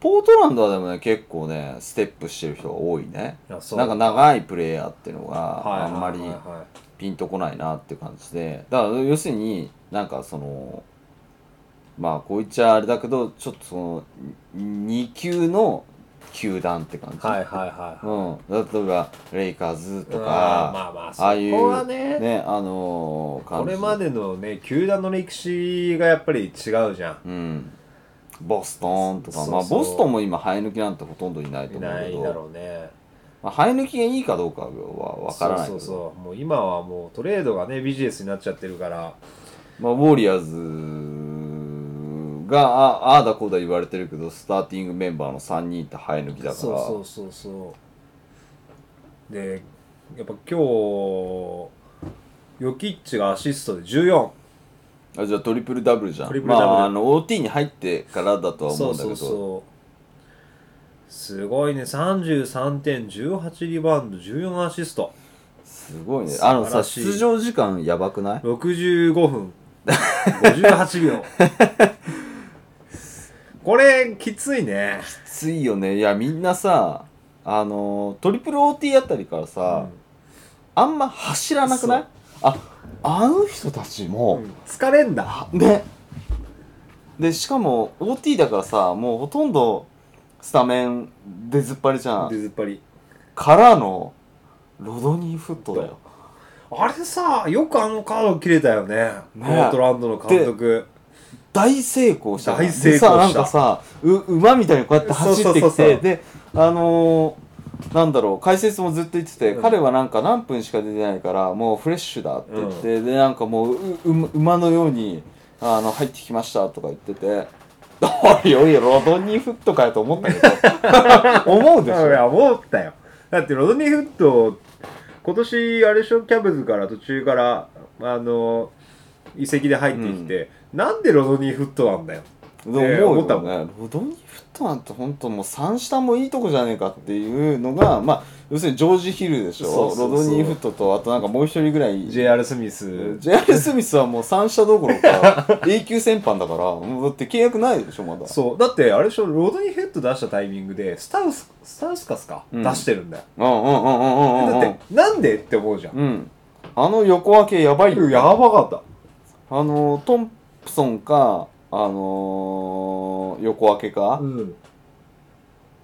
S1: ポートランドはでもね結構ねステップしてる人が多いね
S2: いやそう
S1: なんか長いプレイヤーっていうの
S2: はい
S1: があんまり
S2: はいはいはい
S1: ピンとこないなって感じでだから要するになんかそのまあこう言っちゃあれだけどちょっとその2級の球団って感じ、
S2: はいはいはいは
S1: うん、例えばレイカーズ
S2: い
S1: とか、
S2: うんまあまあそ
S1: ああいう
S2: こはね
S1: ねあのー、感
S2: こ
S1: じ
S2: れまでのね球団の歴史がやっぱり違うじゃん
S1: うんボストンとか
S2: そうそう
S1: まあボストンも今生え抜きなんてほとんどいないと
S2: い
S1: 思う
S2: な
S1: け
S2: い
S1: ど
S2: だろうね
S1: まあ、生え抜きがいいかどうかは分からないけ
S2: そ
S1: ど
S2: うそうそうもう今はもうトレードがねビジネスになっちゃってるから
S1: まあ、ウォリアーズがあああだこうだ言われてるけどスターティングメンバーの3人って生え抜きだから
S2: そうそうそうそうでやっぱ今日ヨキッチがアシストで14
S1: あじゃあトリプルダブルじゃん
S2: トリプルダブル
S1: まあ、あの OT に入ってからだとは思うん
S2: そう
S1: だけ
S2: そ
S1: ど
S2: うそうすごいね33点18リバウンド14アシスト
S1: すごいね
S2: 素
S1: あの
S2: 晴
S1: さ
S2: らしい
S1: 出場時間やばくない
S2: 65分58秒 これきついね
S1: きついよねいやみんなさあのートリプル OT あたりからさ、あんま走らなくない
S2: そう
S1: ああの人たち
S2: う
S1: も、
S2: ん疲れんだ
S1: ねでしかも OT だからさもうほとんどスタメン出ずっぱりじゃ
S2: 出
S1: ん
S2: ずっぱり
S1: からのロドニーフットだよ
S2: あれさよくあのカード切れたよね
S1: ね
S2: ポートランドの監督
S1: 大成功したから
S2: 大成功し
S1: で
S2: た
S1: さなんかさう馬みたいにこうやって走ってきて
S2: そうそうそうそう
S1: であのーなんだろう解説もずっと言ってて、
S2: うん
S1: 彼はなんか何分しか出てないからもうフレッシュだって言って、でなんかもううう馬のようにあの入ってきましたとか言ってて 「おいおいロドニーフットかよ」と思ったけ ど思うでし
S2: い
S1: ょ
S2: や思ったよだってロドニー・フット今年あれでしょキャブズから途中からあの移籍で入ってきて、なんでロドニー・フットなんだよ
S1: で
S2: いやいや
S1: 思う
S2: 思った
S1: よ
S2: もん
S1: ねロドニーフットなんて本当もう三下もいいとこじゃねえかっていうのがまあ要するにジョージ・ヒルでしょ
S2: そうそうそう
S1: ロドニーフットとあとなんかもう一人ぐらい
S2: JR スミス
S1: JR スミスはもう三者どころ か永久戦犯だからもうだって契約ないでしょまだ
S2: そうだってあれでしょロドニー・フット出したタイミングでスタウススタウスカスか、
S1: うん
S2: 出してるんだよ
S1: うんうんうんうんうん
S2: だ
S1: う
S2: っ
S1: ん
S2: てなんでって思うじゃん、
S1: うんあの横分けやばいよ
S2: やばかった
S1: あのトンプソンかあのー横分けか、
S2: ん、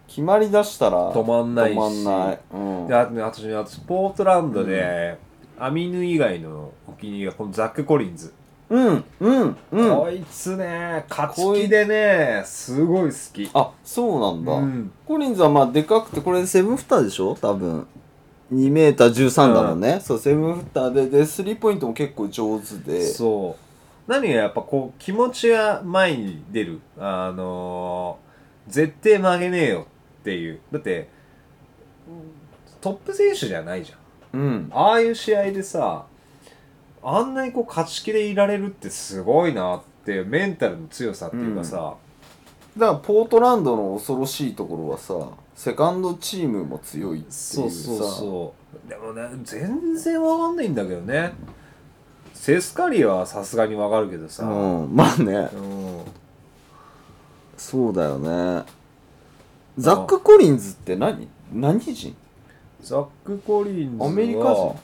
S1: 決まりだしたら
S2: 止まんないし
S1: 止まんない、うん、
S2: であとね私ね私ポートランドで、アミヌ以外のお気に入りがこのザック・コリンズ、
S1: うんうんうん
S2: こいつね勝ち気でねすごい好き
S1: あそうなんだ、
S2: うん
S1: コリンズはまあでかくてこれセブンフッターでしょ多分2メーター13だろうね、そうセブンフッターででスリーポイントも結構上手で
S2: そう何がやっぱこう気持ちが前に出るあのー絶対曲げねえよっていうだってトップ選手じゃないじゃん
S1: うん
S2: ああいう試合でさあんなにこう勝ち気でいられるってすごいなってメンタルの強さっていうかさ、
S1: だからポートランドの恐ろしいところはさセカンドチームも強いっていうさ
S2: そうそうそうでもね全然わかんないんだけどねセスカリーはさすがにわかるけどさ、
S1: うん、まあね
S2: うん
S1: そうだよねザック・コリンズって何何人
S2: ザック・コリンズは
S1: アメリカ人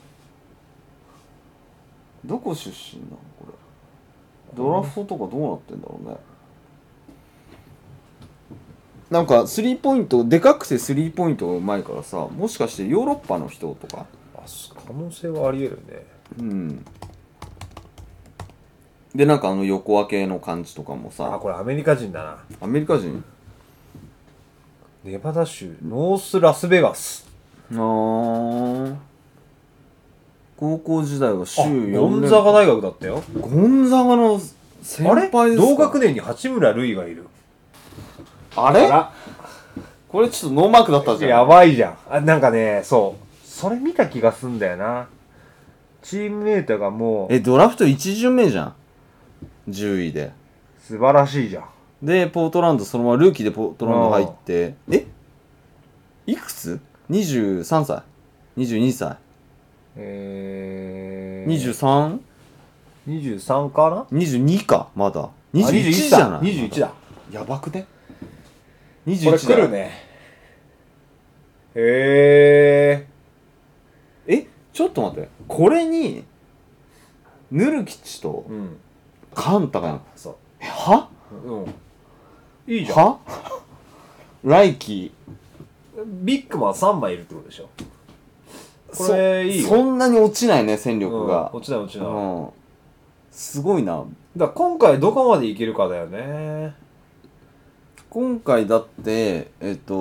S1: どこ出身なのこれドラフトとかどうなってんだろうねなんかスリーポイントでかくてスリーポイントがうまいからさもしかしてヨーロッパの人とか
S2: あ可能性はありえるね
S1: うんでなんかあの横分けの感じとかも
S2: あ
S1: さ
S2: これアメリカ人だな
S1: アメリカ人
S2: ネバダ州ノース・ラスベガス
S1: あー高校時代は週
S2: あ
S1: 4
S2: ゴンザガ大学だったよ
S1: ゴンザガの先
S2: あれ
S1: 輩ですか
S2: 同学年に八村塁がいる
S1: あ
S2: あ
S1: れ
S2: ら
S1: これちょっとノーマークだったじゃん
S2: やばいじゃんあなんかねそうそれ見た気がすんだよなチームメートがもう
S1: えドラフト1巡目じゃん10位で
S2: 素晴らしいじゃん
S1: でポートランドそのままルーキーでポートランド入ってえいくつ ?23 歳22歳
S2: えー、
S1: 23
S2: 23かな
S1: 22かまだ
S2: あ
S1: 21じゃない
S2: 21だ
S1: やばくね
S2: これ
S1: 21
S2: 来
S1: だよ
S2: るねへえ
S1: えちょっと待ってこれにヌルキッチと
S2: うん
S1: カンタが
S2: そ
S1: えは
S2: ううんいいじゃん
S1: は来季
S2: ビッグマン3枚いるってことでしょこれいいよ
S1: そそんなに落ちないね戦力が
S2: うん、落ちない落ちない、だか
S1: うん、すごいな
S2: ら今回どこまでいけるかだよね
S1: 今回だってえっと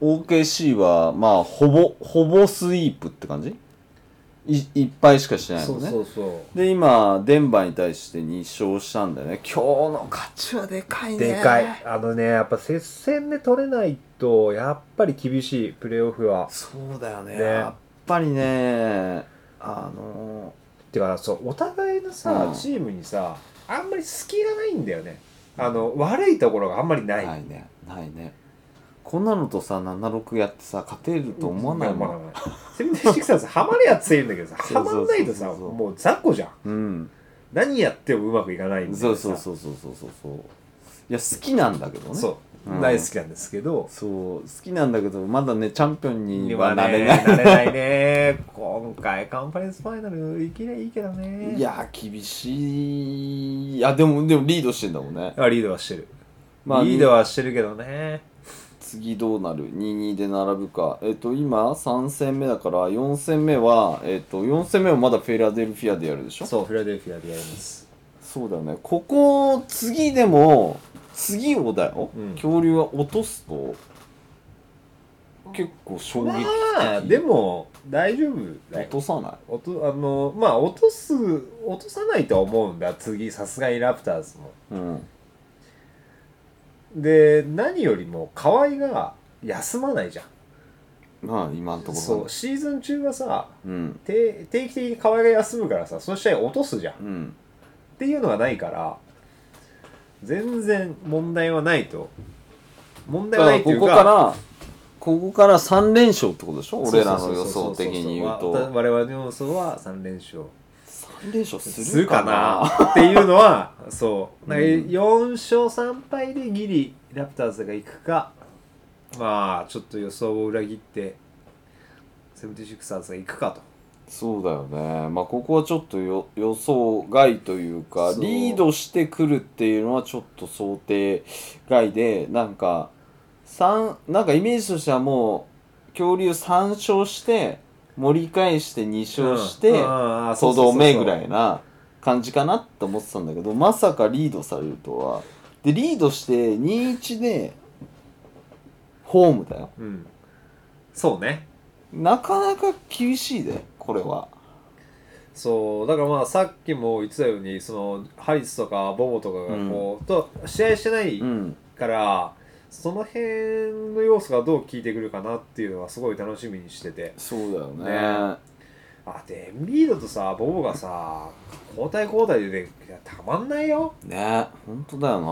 S1: OKC はまあほぼほぼスイープって感じいいっぱいしかしてないのね
S2: うそ
S1: で今デンバーに対して2勝したんだよね今日の勝ちはでかいね
S2: でかいあのねやっぱ接戦で取れないとやっぱり厳しいプレーオフは
S1: そうだよね
S2: ね
S1: やっぱりねあの
S2: てかそうお互いのさ、
S1: うん
S2: チームにさあんまり隙がないんだよねあの悪いところがあんまりない、
S1: ないねないねこんなのとさ76やってさ勝てると思わないもん
S2: んセブンティシクサーズハマるやつ強いんだけどさ
S1: そ
S2: ハ
S1: うそうそ
S2: マん
S1: うそう
S2: ないとさもう雑魚じゃん
S1: うん
S2: 何やってもうまくいかないんで
S1: そうそうそうそうそうそうそういや好きなんだけどね
S2: そう、
S1: うん
S2: 大好きなんですけど
S1: そう好きなんだけどまだねチャンピオンには
S2: ね
S1: なれない
S2: なれないね今回カンファレンスファイナルいきりゃいいけどね
S1: いや厳しいいやでもでもリードしてんだもんね、
S2: あリードはしてる、
S1: まあ、
S2: リードはしてるけどね
S1: 次どうなる2-2で並ぶかえっ、と今3戦目だから4戦目はえっ、と4戦目はまだフェラデルフィアでやるでしょ
S2: そうフィラデルフィアでやります
S1: そうだよねここ次でも次をだよ、
S2: うん
S1: 恐竜は落とすと結構衝撃的、
S2: まあでも大丈夫だ
S1: 落
S2: よ
S1: とさない
S2: おとあのまあ落とす落とさないとは思うんだ次さすがにラプターズも
S1: うん
S2: で何よりも河合が休まないじゃん
S1: まあ今のところ
S2: そうシーズン中はさ
S1: うん
S2: 定定期的に河合が休むからさその試合落とすじゃんっ
S1: うん
S2: ていうのがないから全然問題はないと問
S1: だか
S2: 題はな
S1: ら
S2: いとい
S1: ここ
S2: うか
S1: からここから3連勝ってことでしょ俺ら
S2: そ
S1: の予
S2: うそうそうそ
S1: 想
S2: う
S1: 的に言う
S2: わ
S1: と
S2: 我々の予想は3連勝
S1: 3連勝
S2: す
S1: す
S2: る
S1: る
S2: か
S1: か
S2: な
S1: な
S2: っていうのは そう、なんか
S1: うん
S2: 4勝3敗でギリラプターズがいくかまあちょっと予想を裏切ってセブンティシクサーズがいくかと
S1: そうだよねまあここはちょっとよ予想外というか
S2: そう
S1: リードしてくるっていうのはちょっと想定外でなんか三なんかイメージとしてはもう恐竜3勝して盛り返して2勝して、と
S2: と
S1: どめぐらいな感じかなって思ってたんだけどまさかリードされるとはでリードして2-1でホームだよ
S2: うんそうね
S1: なかなか厳しいでこれは
S2: そうだからまあさっきも言ってたようにそのハリスとかボボとかがこう、と試合してない
S1: うん
S2: から、その辺の要素がどう効いてくるかなっていうのはすごい楽しみにしてて
S1: そうだよね
S2: ねあでエンビードとさボボがさ交代交代で、ね、いやたまんないよ
S1: ね本当だよな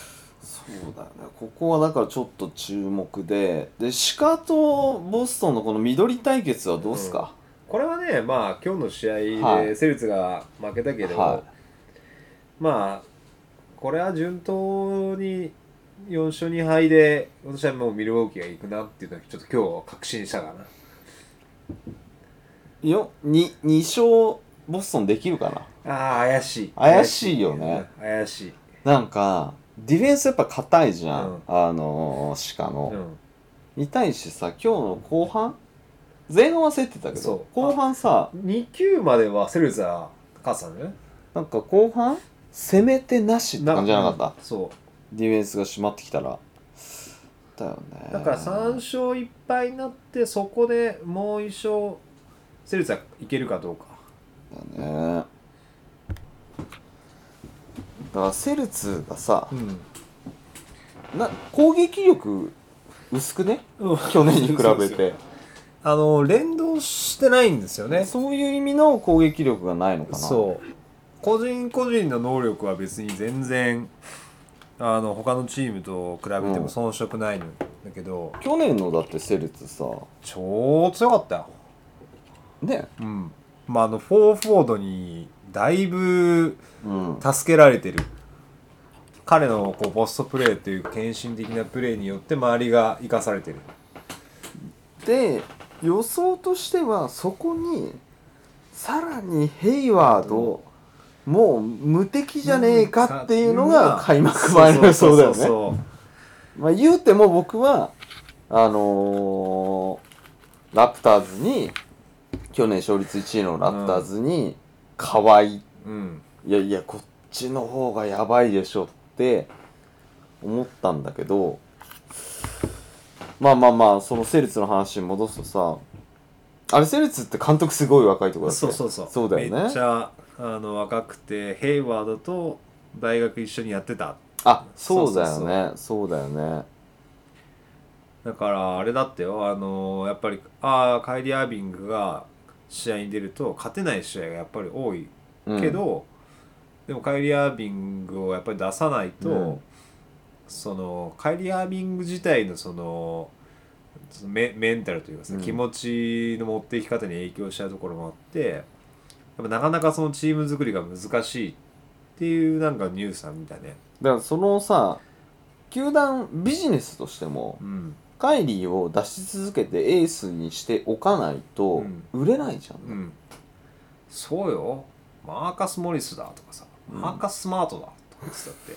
S1: そうだよねここはだからちょっと注目ででシカとボストンのこの緑対決はどうっすか、
S2: これはねまあ今日の試合
S1: は
S2: で
S1: い
S2: セルツが負けたけど、
S1: は、
S2: まあこれは順当に4勝2敗で私はもうミルウォーキーがいくなっていうのはちょっと今日は確信したかない
S1: よ 2, 2勝ボストンできるかな
S2: ああ怪しい
S1: 怪しいよね
S2: うん怪しい、
S1: なんかディフェンスやっぱ硬いじゃん、
S2: うん
S1: あのー、鹿
S2: う
S1: の、
S2: ん、
S1: に対してさ今日の後半前半は競ってたけ
S2: そ
S1: ど
S2: う
S1: 後半さ
S2: 2球まではセルツは勝つたのね
S1: なんか後半攻めてなしって感じじゃなかった
S2: そう
S1: ディフェンスが締まってきたらだよね
S2: だから3勝1敗になってそこでもう1勝セルツはいけるかどうか
S1: だねだからセルツがさ
S2: ん、
S1: な攻撃力薄くね去年に比べて
S2: あの連動してないんですよ
S1: そう,、いう意味の攻撃力がないのかな
S2: そう個人個人の能力は別に全然あの他のチームと比べて
S1: う
S2: も
S1: ん
S2: 遜色ないんだけど、
S1: 去年のだってセルツさ
S2: 超強かったよ
S1: ね
S2: うんまああのフォーフォードにだいぶ
S1: うん
S2: 助けられてる彼のこうポストプレーという献身的なプレーによって周りが生かされてる
S1: で予想としてはそこにさらにヘイワード、もう無敵じゃねえかっていうのが開幕前の予想だよ
S2: そう
S1: ね。
S2: そうそう
S1: まあ言うても僕はあのーラプターズに去年勝率1位のラプターズに河合、い
S2: そううん
S1: やいやこっちの方がやばいでしょって思ったんだけどまあまあまあそのセルツの話に戻すとさあれセルツって監督すごい若いとこだって
S2: そうそうそう
S1: そうだよ
S2: めっち
S1: ね
S2: ゃあの若くてヘイワードと大学一緒にやってた
S1: あそうだよ
S2: そう
S1: ねそうだよね
S2: だからあれだってよあのやっぱりあーカイリー・アービングが試合に出ると勝てない試合がやっぱり多い
S1: うん
S2: けど、でもカイリー・アービングをやっぱり出さないと、
S1: うん
S2: そのカイリー・アービング自体のそのそのメメンタルというかさ、
S1: うん
S2: 気持ちの持っていき方に影響しちゃうところもあってやっぱなかなかそのチーム作りが難しいっていうなんかニュースさんみたいね。
S1: だからそのさ球団ビジネスとしても
S2: うん
S1: カイリーを出し続けてエースにしておかないと売れないじゃん、
S2: うん、そうよマーカス・モリスだとかさ、
S1: うん
S2: マーカス・スマートだとかっつったって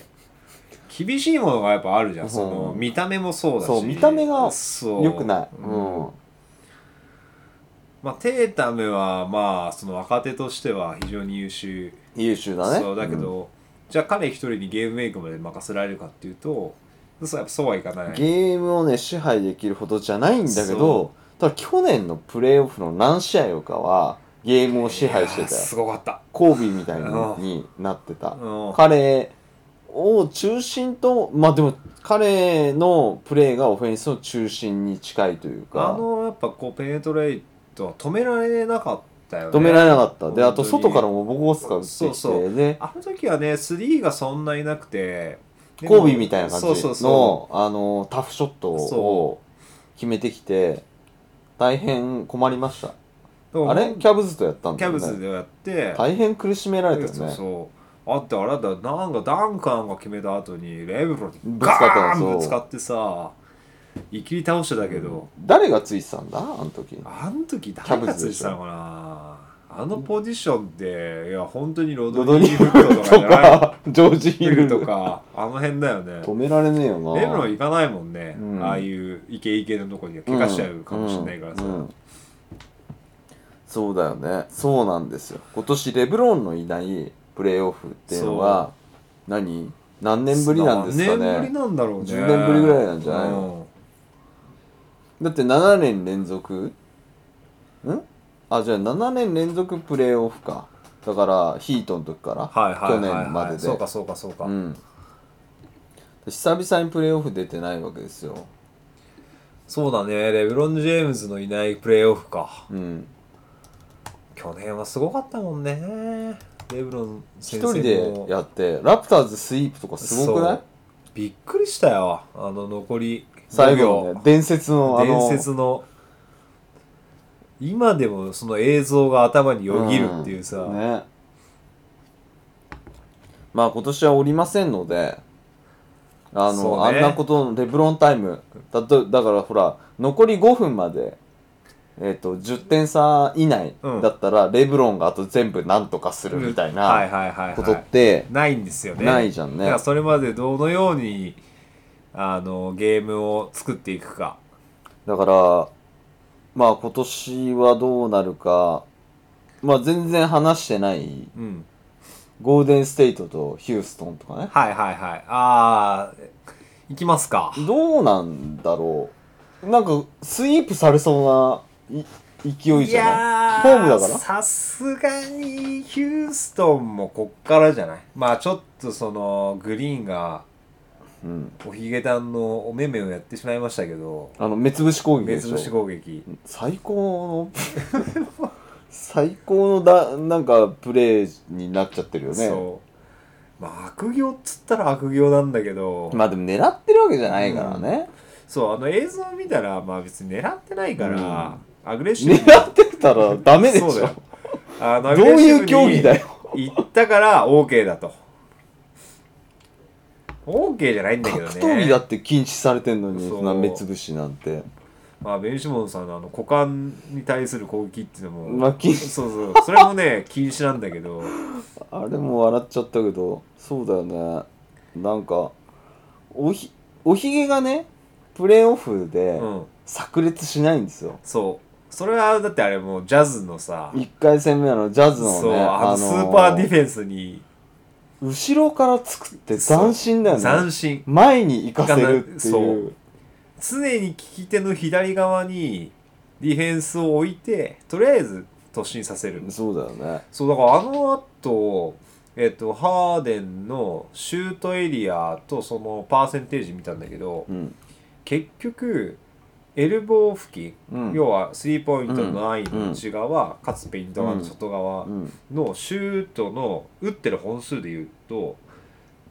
S2: 厳しいものがやっぱあるじゃん、
S1: うん
S2: その見た目もそうだし
S1: そう見た目が
S2: そう
S1: よくない、う
S2: うん
S1: ん
S2: まあ、テータムはまあその若手としては非常に優秀
S1: 優秀だね
S2: そうだけど、じゃあ彼一人にゲームメイクまで任せられるかっていうとそうやっぱそうはいかない
S1: ゲームをね支配できるほどじゃないんだけどただ去年のプレーオフの何試合かはゲームを支配して
S2: いやー
S1: たよ
S2: すごかった
S1: コービーみたいのになってた
S2: うん
S1: 彼を中心とまあでも彼のプレーがオフェンスの中心に近いという
S2: あ
S1: か
S2: のやっぱこうペネトレイトは止められなかったよね
S1: 止められなかったであと
S2: 本
S1: 外
S2: 当に
S1: からもボコボコスカ打って
S2: そう
S1: き
S2: そ
S1: てね
S2: あの時はね3がそんないなくてでも
S1: コービーみたいな感じの
S2: そうそうそ
S1: あのタフショット
S2: そ
S1: を決めてきて大変困りました
S2: うだか
S1: あ
S2: ら
S1: れキャブズとやったん
S2: キ
S1: だ
S2: ャ
S1: よね
S2: ブズでやって
S1: 大変苦しめられたよ
S2: そう
S1: ね
S2: そうあってあれだなんかダンカンが決めた後にレブロンに
S1: ぶつかった
S2: ガー
S1: そう
S2: ンぶつかってさいきり倒してたけど、
S1: 誰がついてたんだあの時
S2: あの時誰がついてたのかなあのポジションっていや本当にロド
S1: ロドニー・
S2: ニー・
S1: ブッ
S2: ブッ
S1: ド
S2: ド
S1: と
S2: と
S1: か
S2: かじゃない
S1: ジョージ・ヒ
S2: ヒ
S1: ル
S2: ル
S1: と
S2: と
S1: か
S2: かあの辺だよね
S1: 止められねえよな
S2: レブロン行かないもんね、
S1: うん
S2: ああいうイケイケのとこには怪我しちゃうかもしれないからさ、
S1: うんうんそうだよねそうなんですよ今年レブロンのいないプレーオフっていうのは何何年ぶりなんですかね
S2: 何年ぶりなんだろうね
S1: 10年ぶりぐらいなんじゃないのだって7年連続んあじゃあ7年連続プレーオフかだからヒートの時から、
S2: はいはいはい、
S1: 去
S2: はい、
S1: 年までで
S2: そうかそうかそうか、
S1: うん久々にプレーオフ出てないわけですよ
S2: そうだねレブロン・ジェームズのいないプレーオフか
S1: うん
S2: 去年はすごかったもんねレブロン
S1: 一
S2: 先生も
S1: 人でやってラプターズスイープとかすごくな
S2: そ
S1: いう
S2: びっくりしたよあの残り
S1: 最
S2: 5
S1: 後の
S2: 秒、
S1: ね伝説のあの
S2: 伝説の今でもその映像が頭によぎるっていうさ、
S1: んねまあ今年はおりませんのであ
S2: そ
S1: の、
S2: うね
S1: あんなことのレブロンタイムだとだからほら残り5分までえっと10点差以内
S2: うん
S1: だったら、レブロンがあと全部なんとかするみたい
S2: はい
S1: な
S2: はいはいはい
S1: ことって
S2: ないんですよね
S1: ないじゃん
S2: だか
S1: ね
S2: ら。それまでどのようにあのゲームを作っていくか
S1: だから、まあ今年はどうなるか、まあ全然話してない
S2: うん
S1: ゴールデンステイトとヒューストンとかね。
S2: はいはいはいあーいきますか
S1: どうなんだろう。なんか、スイープされそうない勢いじゃないホームだから。
S2: さすがにヒューストンもこっからじゃないまあちょっとそのグリーンが
S1: うん。
S2: おひげ団のお目々をやってしまいましたけど
S1: あの、目つぶし攻撃
S2: 目
S1: で
S2: つ
S1: し
S2: ぶし
S1: ょ。
S2: 攻撃
S1: 最高の、最高のだ、なんか、プレーになっちゃってるよね。
S2: そうまあ悪行っつったら悪行なんだけど、
S1: まあでも狙ってるわけじゃないからね。
S2: そうあの映像を見たらまあ別に狙ってないから、アグレッシブに
S1: 狙ってたらダメでし
S2: そうだ
S1: ょ
S2: よ。あの
S1: どういう競技だよ。
S2: 行ったから OK だと OK じゃないんだけど
S1: 格
S2: ね
S1: 闘技だって禁止されてんのに、
S2: そう
S1: そんな目つぶしなんて。
S2: まあ、ベンシモンさんのあの股間に対する攻撃っていうのも、
S1: まあ禁止
S2: そうそうそれもね禁止なんだ けど
S1: あれも笑っちゃったけどそうだよねなんかおひおひげがねプレーオフで
S2: うん
S1: 炸裂しないんですよ、
S2: そうそれはだってあれもうジャズのさ
S1: 一1回戦目のジャズのね
S2: そうあのスーパーディフェンスに
S1: 後ろから作って斬新だよ
S2: 斬
S1: ね
S2: 新
S1: 前に行かせるっていう
S2: 常に利き手の左側にディフェンスを置いてとりあえず突進させる
S1: そうだよね
S2: そうだからあの後えっとハーデンのシュートエリアとそのパーセンテージ見たんだけど、
S1: うん、
S2: 結局エルボー付近、
S1: うん、
S2: 要はスリーポイントのラインの内側、かつペイント側の外側
S1: うん
S2: のシュートの打ってる本数で言うと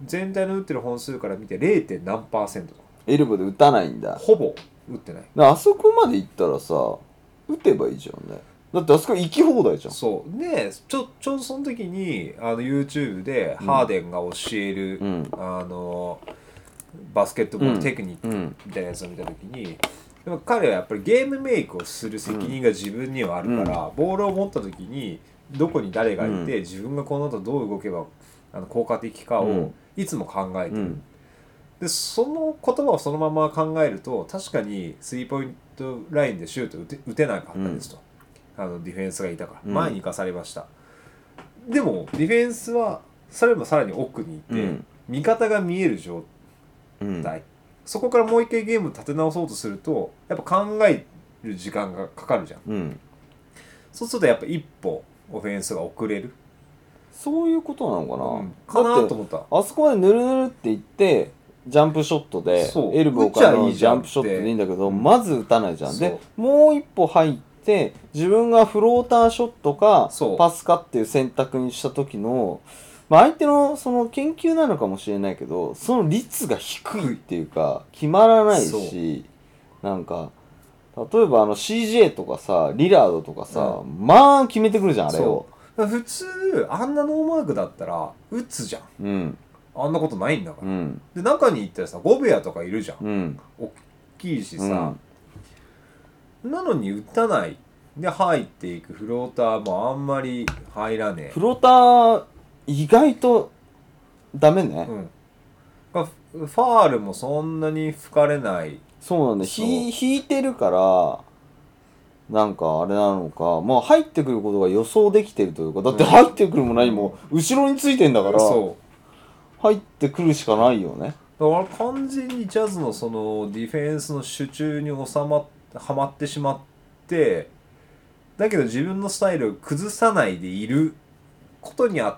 S2: 全体の打ってる本数から見て 0. 何パーセントとか
S1: エルボで打たないんだだか
S2: ほぼ打ってない
S1: らあそこまで行ったらさ打てばいいじゃんねだってあそこ行き放題じゃん
S2: そうでちょちょうどその時にあの YouTube で
S1: うん
S2: ハーデンが教える、
S1: うん
S2: あのバスケットボー
S1: うん
S2: ルテクニック
S1: うん
S2: みたいなやつを見た時に、でも彼はやっぱりゲームメイクをする責任が自分にはあるから、ボールを持った時にどこに誰がいて、自分がこの後どう動けばあの効果的か
S1: う
S2: を
S1: ん
S2: いつも考えて
S1: う
S2: る、
S1: ん
S2: でその言葉をそのまま考えると確かにスリーポイントラインでシュート打て打てなかったですと、あのディフェンスがいたから
S1: うん
S2: 前に行かされました、でもディフェンスはそれもさらに奥に行って、
S1: うん
S2: 味方が見える状
S1: うん
S2: 態、そこからもう一回ゲーム立て直そうとするとやっぱ考える時間がかかるじゃん
S1: うん
S2: そうするとやっぱ一歩オフェンスが遅れる
S1: そういうことなのかな、
S2: う
S1: だ
S2: んかな
S1: って
S2: と思った
S1: あそこまでぬるぬるって言ってジャンプショットで
S2: そう
S1: エルボーから
S2: 打っちゃい
S1: の
S2: い
S1: ジ
S2: じゃ
S1: ャ
S2: ん
S1: ン
S2: って
S1: プショットでいいんだけどまず打たないじゃん
S2: そ
S1: で
S2: う
S1: もう一歩入って自分がフローターショットか
S2: そう
S1: パスかっていう選択にした時の、まあ、相手のその研究なのかもしれないけどその率が低いっていうか決まらないしなんか例えばあの CJ とかさリラードとかさ、まあ決めてくるじゃんあれを
S2: そ。う普通あんなノーマークだったら打つじゃん
S1: うん
S2: あんなことないんだか
S1: う
S2: ら、
S1: ん
S2: で中に行ったらさゴベアとかいるじゃん
S1: うん
S2: 大きいし
S1: うん
S2: さ、なのに打たないで入っていくフローターもあんまり入らね
S1: フローター意外とダメね、
S2: え、うん、がフファールもそんなに吹かれない
S1: そうなんだ
S2: そう
S1: ひ引いてるからなんかあれなのかまあ入ってくることが予想できてるというかだって
S2: うん
S1: 入ってくるも何も後ろについてんだから
S2: そ
S1: 入ってくるしかないよね
S2: うだから完全にジャズのそのディフェンスの手中に収まっはまってしまってだけど自分のスタイルを崩さないでいることにあ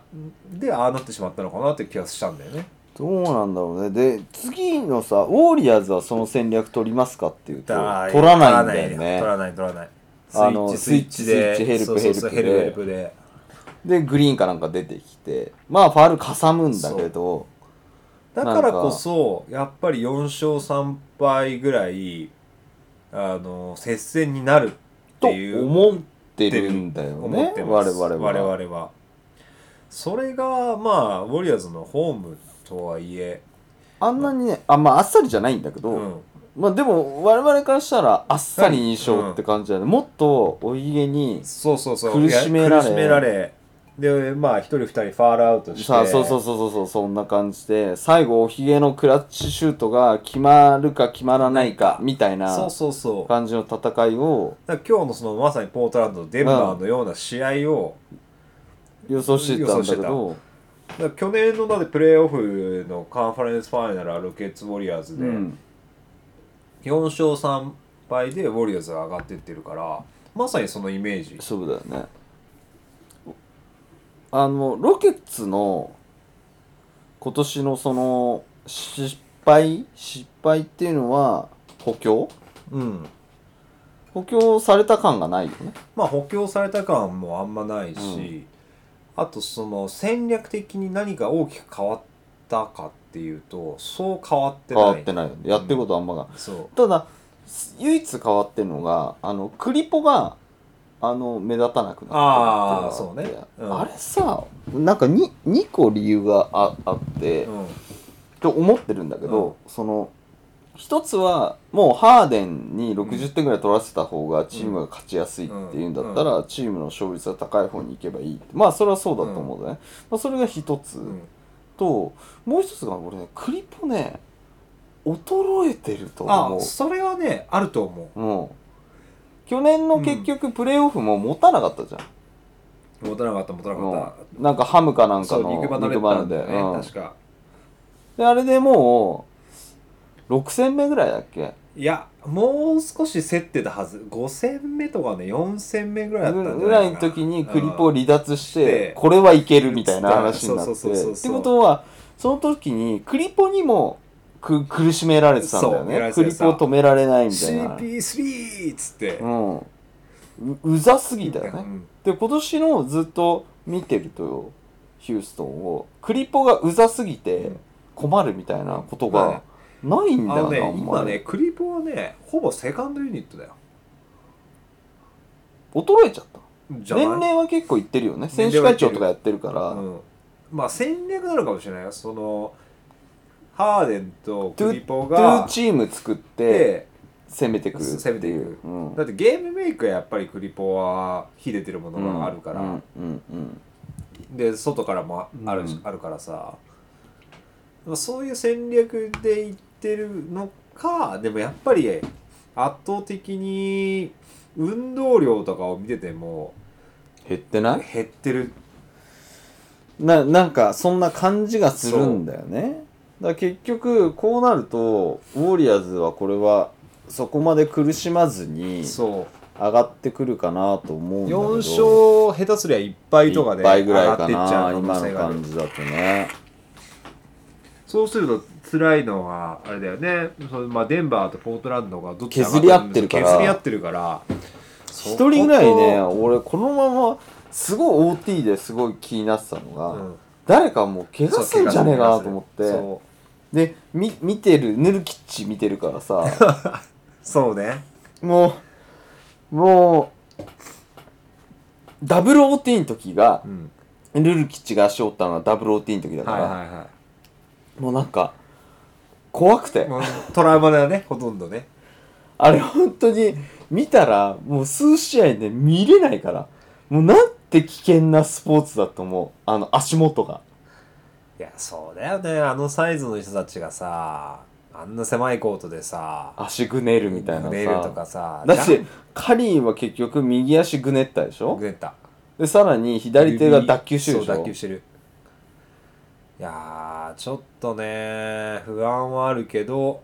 S2: でああなってしまったのかなって気がしたんだよね
S1: どうなんだろうねで次のさウォーリアーズはその戦略取りますかっていうと取らないんだよね
S2: 取らない取らない
S1: あのスイッチヘルプ
S2: そうそうそう
S1: ヘルプで
S2: ヘルプで
S1: でグリーンかなんか出てきてまあファールかさむんだけど
S2: だからこそやっぱり4勝3敗ぐらいあの接戦になるっ
S1: と
S2: ていう
S1: 思ってるんだよ
S2: 思
S1: ね
S2: ってま
S1: 我
S2: す
S1: 々は
S2: 我々はそれがまあウォリアーズのホームとはいえ、
S1: あんなにねあ,、まあ、あっさりじゃないんだけど、
S2: うん、
S1: まあでも我々からしたらあっさり2勝って感じだね、もっとお家に
S2: そうそうそう
S1: 苦しめられ
S2: いや苦しめられでまあ一人二人ファールアウトして
S1: さあそうそうそうそうそうそんな感じで最後おひげのクラッチシュートが決まるか決まらないかみたい
S2: そう
S1: な
S2: そうそう
S1: 感じの戦いを
S2: だから今日のそのまさにポートランドとデンバーのような試合を、
S1: 予想してたんだけ
S2: 予想
S1: ど
S2: だから去年のだってプレーオフのカンファレンスファイナルはロケッツ・ウォリアーズ
S1: う
S2: で、
S1: ん
S2: 4勝3敗でウォリアーズが上がってってるからまさにそのイメージ
S1: そうだよねあのロケッツの今年のその失敗失敗っていうのは補強
S2: うん
S1: 補強された感がないよね
S2: まあ補強された感もあんまないし、あとその戦略的に何が大きく変わったかっていうとそう変わって
S1: 変
S2: ない
S1: わってないよねやってることはあんまが、
S2: そう
S1: ただす唯一変わってるのがあのクリポがあの目立たなくな
S2: あ
S1: っ
S2: ー
S1: てるっていのがあって
S2: そうね
S1: あれさ
S2: うん
S1: なんか 2, 2個理由がああって、
S2: うん
S1: と思ってるんだけど、その一つはもうハーデンに60点ぐらい取らせた方がチームが勝ちやすいっていうんだったら、チームの勝率が高い方に行けばいいってまあそれはそうだと思うんだね、まあ、それが一つ、
S2: うん
S1: ともう一つが俺ねクリポね衰えてると
S2: あ
S1: 思う
S2: それはねあると思
S1: もう去年の結局プレーオフも持たなかったじゃん、
S2: う持たなかった持たなかった
S1: うんなんかハムかなんか
S2: そう
S1: の
S2: 肉離れ
S1: 肉
S2: た
S1: 離
S2: ん
S1: れ
S2: だ
S1: で,、
S2: よ
S1: う
S2: ね、
S1: ん
S2: 確か
S1: であれでもう6戦目ぐらいだっけ
S2: いやもう少し競ってたはず5戦目とかね4戦目ぐらいだったんじゃないかな
S1: ぐらいの時にクリポを離脱して
S2: で
S1: これはいけるみたいな話になって
S2: そう
S1: って
S2: そうそうそうそう
S1: ことはその時にクリポにもく苦しめられてたんだよ
S2: そうやら
S1: ね
S2: れ
S1: ク
S2: て
S1: リ
S2: た
S1: ポを止められないみたいな、
S2: CP3 っつって、
S1: うん、ううざすぎたよ
S2: う
S1: ね
S2: ん
S1: で今年のずっと見てるとヒューストンをクリポがうざすぎて困るみたいなことがないん
S2: あ
S1: だよ
S2: の
S1: な、
S2: ね
S1: あんま
S2: 今
S1: り
S2: ねクリポはねほぼセカンドユニットだよ
S1: 衰えちゃった
S2: じゃない
S1: 年齢は結構いってるよね選手会長とかやってるから、
S2: うん、まあ戦略なのかもしれないよそのハーデンとクリポ
S1: 2
S2: が
S1: チーム作って
S2: で
S1: 攻めてくるって
S2: 攻めてい
S1: い
S2: く
S1: う、うん
S2: だってゲームメイクはやっぱりクリポは秀でてるものがあるから、
S1: うんうんうん
S2: で外からもある,、
S1: うん
S2: あるからさまあそういう戦略でいってるのかでもやっぱり圧倒的に運動量とかを見てても
S1: 減ってない
S2: 減ってる
S1: ななんかそんな感じがするんだよねだから結局こうなるとウォリアーズはこれはそこまで苦しまずに
S2: そう
S1: 上がってくるかなと思うんだけど
S2: 4勝下手すりゃ1敗とかで
S1: 1倍
S2: 上
S1: ぐら
S2: が
S1: い
S2: っ
S1: か
S2: てっちゃ
S1: な
S2: う可
S1: 今
S2: 能性
S1: の
S2: がある
S1: 感じだとね
S2: そうすると辛いのはあれだよねそのまあ、デンバーとポートランドがどっち
S1: 削り合ってるから
S2: 削り合ってるから
S1: 一人ぐらいね、俺このまますごい OT ですごい気になってたのが、
S2: うん
S1: 誰かもう怪
S2: そ
S1: 我
S2: う
S1: すんじゃねえかなと思って
S2: そう
S1: でみ見てるヌルキッチ見てるからさ
S2: そうね
S1: もうもうダブル OT の時が
S2: うん
S1: ヌルキッチが足折ったのがダブル OT の時だか
S2: はい
S1: ら、
S2: はいは
S1: もうなんか怖くて、
S2: いもうトラウマ だよねほとんどね
S1: あれ本当に見たらもう数試合で見れないからもうなんて危険なスポーツだと思うあの足元が
S2: いやそうだよねあのサイズの人たちがさあんな狭いコートでさ
S1: 足ぐねるみたいなさ
S2: ネイルとかさ
S1: だって
S2: ジ
S1: カリーは結局右足ぐねったでし
S2: ャン
S1: ょ
S2: グネタ
S1: でさらに左手が脱臼してるでし
S2: そう
S1: ょ
S2: 脱臼してるいやーちょっとね不安はあるけど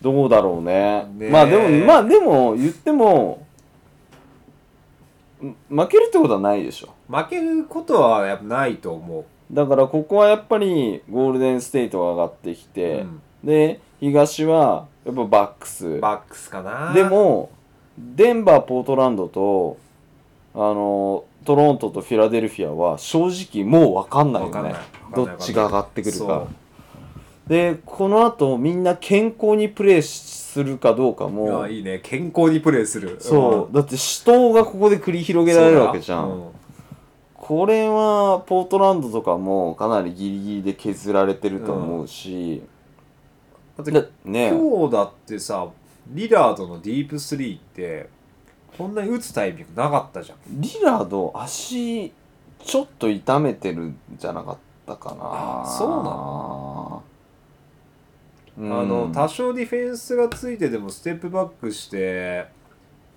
S1: どうだろうね
S2: ねえ
S1: まあでもまあでも言ってもん負けるってことはないでしょ
S2: 負けることはやっぱないと思う、
S1: だからここはやっぱりゴールデンステイトが上がってきて、
S2: うん
S1: で東はやっぱバックス
S2: バックスかな
S1: でもデンバーポートランドとあのトロントとフィラデルフィアは正直もう分かんないよ
S2: わかんな
S1: ね
S2: い
S1: どっちが上がってくる
S2: そ
S1: かでこのあとみんな健康にプレーするかどうか
S2: うい
S1: も
S2: やいいね健康にプレーする
S1: そうだって死闘がここで繰り広
S2: うん
S1: げられるわけじゃん、
S2: そう
S1: これはポートランドとかもかなりギリギリで削られてると思うし、
S2: だうんだ
S1: だ
S2: って
S1: ね
S2: 今日だってさリラードのディープスリーってこんなに打つタイミングなかったじゃん
S1: リラード足ちょっと痛めてるんじゃなかったかな
S2: あそうな
S1: の
S2: あの多少ディフェンスがついてでもステップバックして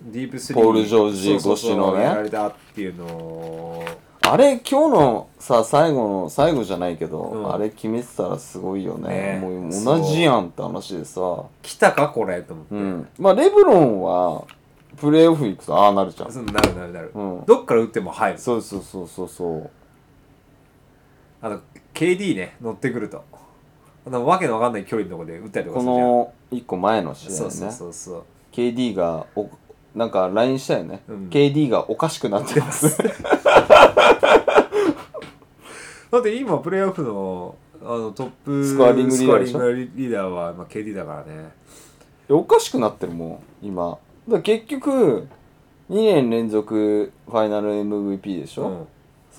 S2: ディープスリー
S1: ポールジョージ
S2: そうそうそ
S1: 越
S2: う
S1: しのね
S2: やられたっていうのを
S1: あれ今日のさ最後の最後じゃないけど、
S2: うん
S1: あれ決めてたらすごいよね
S2: ね
S1: もう
S2: そう
S1: 同じやんって話でさ
S2: 来たかこれと思って、
S1: うんまあレブロンはプレーオフ行くとああなるじゃん
S2: そうなるなるなる、
S1: うん
S2: どっから打っても入る
S1: そうそうそうそうそう
S2: あの KD ね乗ってくるとあのわけのわかんない距離のところで打ったりとか
S1: こ
S2: するじゃん
S1: の一個前の試合ね
S2: そうそうそうそう
S1: KD がおなんか LINE したよね、
S2: うん
S1: KD がおかしくなって ます
S2: だって今プレーオフのあのトップ
S1: スコアリングリーダーでし
S2: ス
S1: ょ
S2: コアリングリーダーは、まあ、KD だからね
S1: いやおかしくなってるもん今だから結局2年連続ファイナル MVP でしょ、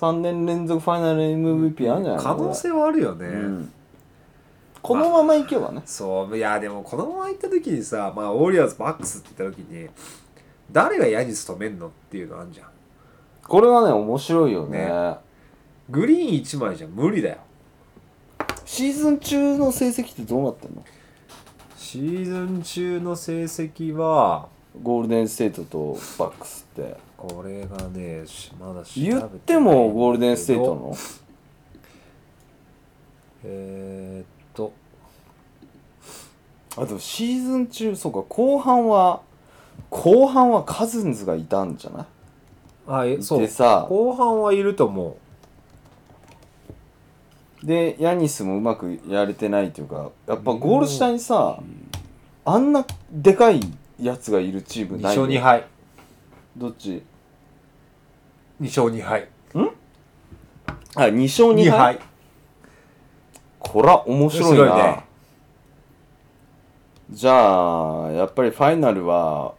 S1: 3年連続ファイナル MVP あるんじゃ
S2: うん
S1: ない
S2: 可能性はあるよね、
S1: これうんこのままいけばね、
S2: そういやでもこのまま行った時にさ、まあ、ウォリアーズバックスって言った時に誰がヤニス止めんのっていうのあんじゃん
S1: これはね面白いよね
S2: ねグリーン1枚じゃ無理だよ
S1: シーズン中の成績ってどうなってんの
S2: シーズン中の成績は
S1: ゴールデンステートとバックスって
S2: これがねしまだ調べ
S1: 言ってもゴールデンステートの
S2: えー、っと
S1: あとシーズン中そうか後半は後半はカズンズがいたんじゃない
S2: あえそう
S1: でさ
S2: 後半はいると思
S1: でヤニスもうまくやれてないというかやっぱゴール下にさあんなでかいやつがいるチー
S2: う
S1: ム
S2: 2
S1: ないよ
S2: 勝2敗
S1: どっち
S2: 2勝2敗
S1: あ2勝2敗
S2: 2敗
S1: こら面白いな
S2: 面白いね
S1: じゃあやっぱりファイナルは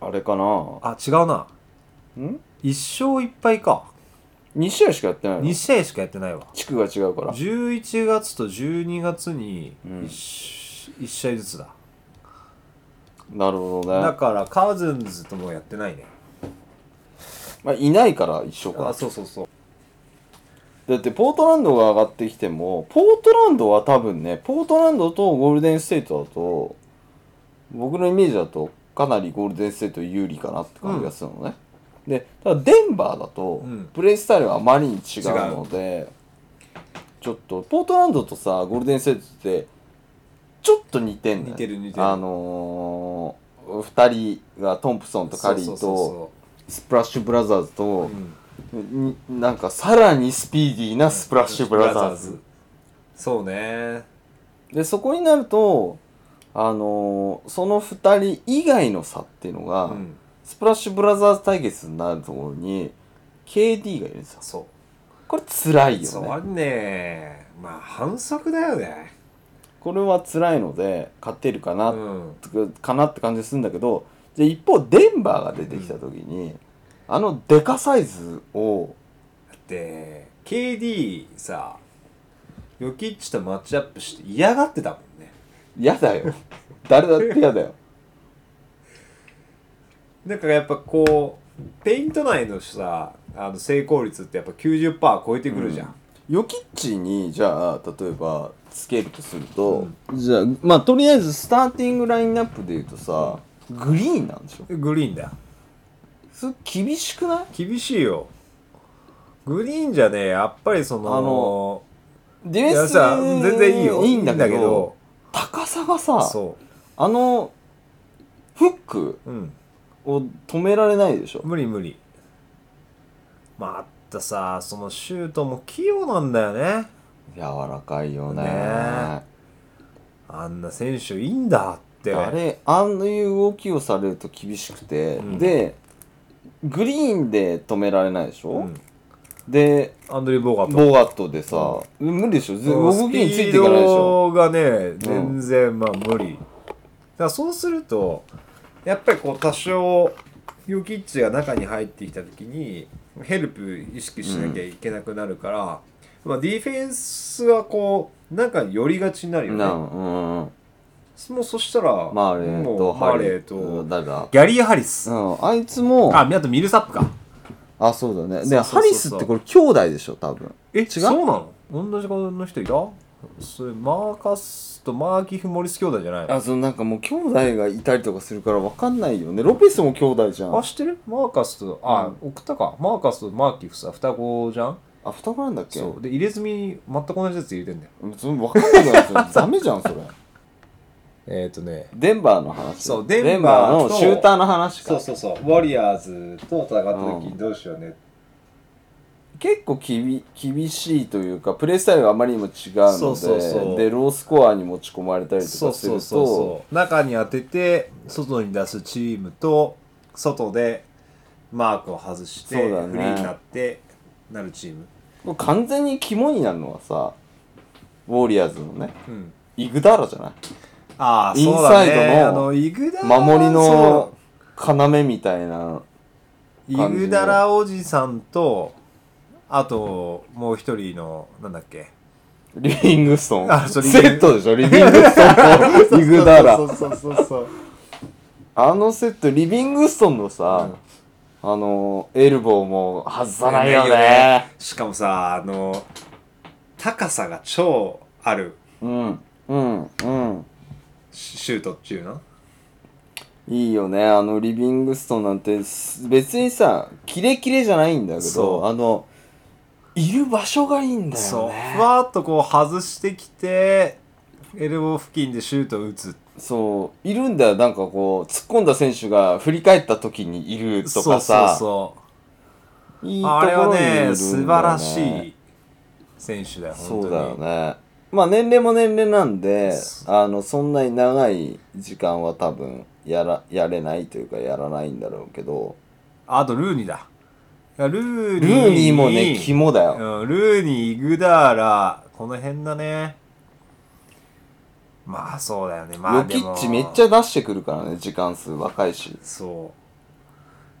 S1: あれかな
S2: あ違うなん1勝1敗か
S1: 2試合しかやってない
S2: 2
S1: の
S2: 試合しかやってないわ
S1: 地区が違うから
S2: 11月と12月に
S1: うん
S2: 1,、一試合ずつだ
S1: なるほど
S2: だ
S1: ね、
S2: からカズンズともやってないね
S1: まあ、いないから一緒か
S2: そうそうそう
S1: だってポートランドが上がってきてもポートランドは多分ねポートランドとゴールデンステートだと僕のイメージだとかなりゴールデンステート有利かなって感じがするのね、でただデンバーだと
S2: うん
S1: プレイスタイルがあまりに違うので、ちょっとポートランドとさゴールデン・ステートってちょっと似てんね
S2: 似てる似てる
S1: あのー、2人がトンプソンとカリ
S2: そう
S1: ー
S2: そう
S1: と
S2: そ
S1: スプラッシュブラザーズ
S2: う
S1: と
S2: そう、う、ん
S1: になんかさらにスピーディーなスプラッシュブラザーズ、
S2: そうね
S1: でそこになるとあのーその2人以外の差っていうのが、
S2: うん
S1: スプラッシュブラザーズ対決になるところに KD がいるんですよ
S2: そう
S1: これ辛いよ
S2: そ
S1: ね
S2: れねまあ反則だよね
S1: これは辛いので勝てるかな、
S2: うん
S1: かなって感じするんだけどじゃあ一方デンバーが出てきた時に、あのデカサイズを
S2: だって KD さヨキッチとマッチアップして嫌がってたもんね
S1: 嫌だよ誰だって嫌だよ
S2: なんかやっぱこうペイント内のさあの成功率ってやっぱ90%超えてくるじゃん、
S1: ヨキッチにじゃあ例えばつけるとすると、じゃあまあとりあえずスターティングラインナップで言うとさ、グリーンなんでしょ
S2: グリーンだ
S1: それ厳しくない
S2: 厳しいよグリーンじゃねやっぱりその
S1: あのディ
S2: い
S1: フェン
S2: や
S1: ス
S2: さ全然いいよ
S1: いいんだけど高さがさ
S2: そ
S1: あのフック
S2: ううん
S1: を止められないでしょ
S2: 無理無理まああったさそのシュートも器用なんだよね
S1: 柔らかいよね
S2: ねえあんな選手いいんだって
S1: あれああいう動きをされると厳しくて、
S2: うん
S1: でグリーンで止められないでしょ、
S2: うん
S1: で
S2: アンドリュー・ボーガット
S1: ボガットでさ、無理でしょず動きについていかないでしょ
S2: スピードがね全然まあ無理だからそうするとやっぱりこう多少ヨキッチが中に入ってきた時にヘルプ意識しなきゃいけなくなるから、まあ、ディフェンスはこう中に寄りがちになるよね
S1: なうんうん
S2: もうそしたら
S1: マーレー
S2: も
S1: と
S2: うマ
S1: ハ
S2: ー
S1: リ
S2: レ
S1: ー
S2: ーと
S1: 誰だ
S2: ギャリー・ハリス、
S1: うんあいつも
S2: ああとミルサップか
S1: あそうだねで
S2: そうそうそうそう
S1: ハリスってこれ兄弟でしょ多分
S2: え違
S1: 違
S2: う
S1: う
S2: そうなの同じ顔の人いたそれマーカスとマーキフ・モリス兄弟じゃないの
S1: あそのなんかもう兄弟がいたりとかするから分かんないよねロペスも兄弟じゃん
S2: あ、知ってるマーカスと、あ、送ったか。マーカスとマーキフさ、双子じゃん
S1: あ双子なんだっけ
S2: そう。で、入れ墨、全く同じやつ入れてんだよ。
S1: その分かんなくなっちゃうダメじゃんそれ
S2: えっ、ー、とね。
S1: デンバーの話
S2: そうデ
S1: デ
S2: ン
S1: ン
S2: バ
S1: バ
S2: ー
S1: ー
S2: と
S1: のシューターの話か
S2: そうそう。ウォリアーズと戦った
S1: 時に
S2: どうしようね。
S1: 結構きび厳しいというかプレースタイルがあまりにも違うので
S2: そうそうそう
S1: でロースコアに持ち込まれたりと
S2: そ
S1: か
S2: う
S1: する
S2: そ
S1: と
S2: うそうそう。中に当てて、外に出すチームと、外でマークを外して、
S1: そうだね
S2: フリーになって、なるチーム。
S1: もう完全に肝になるのはさウォリアーズのね
S2: うん。
S1: イグダーラじゃない
S2: ああ、
S1: イン
S2: そうだね。
S1: サイドの
S2: あの、イグダラ
S1: 守り
S2: そう
S1: の要みたいな
S2: イグダラおじさんとあともう一人のなんだっけ
S1: リビングスト
S2: あ
S1: ン
S2: そ
S1: セ
S2: うリビング
S1: ットでしょリビングストンとイグダー
S2: そ
S1: ラ
S2: うそうそうそう
S1: あのセットリビングストンのさ、あのエルボーも外さないよね
S2: しかもさあの高さが超ある
S1: うんうんうん
S2: シシュートっていうの
S1: いいよねあのリビングストンなんてす別にさキレキレじゃないんだけ
S2: そう
S1: どあのいる場所がいいんだ
S2: そ
S1: よ
S2: うふ
S1: ね
S2: わっとこう外してきてエルボー付近でシュートを打つ
S1: そういるんだよなんかこう突っ込んだ選手が振り返った時にいるとかさ
S2: そうそう
S1: い
S2: そ
S1: いうと
S2: あ
S1: こ
S2: れ
S1: ろに
S2: は
S1: いるんだよ
S2: ね
S1: ね
S2: 素晴らしい選手だよ本当に
S1: そうだよねまあ年齢も年齢なんで
S2: そ
S1: あのそんなに長い時間は多分やらやれないというかやらないんだろうけど
S2: あとルーニーだいやルー
S1: ルーニーもね肝だよ、
S2: うん、ルーニー、イグダーラ、この辺だね。まあそうだよね。まあ
S1: ヨキッチめっち
S2: ゃ。
S1: ゃ出してくるからね時間数若いし
S2: そ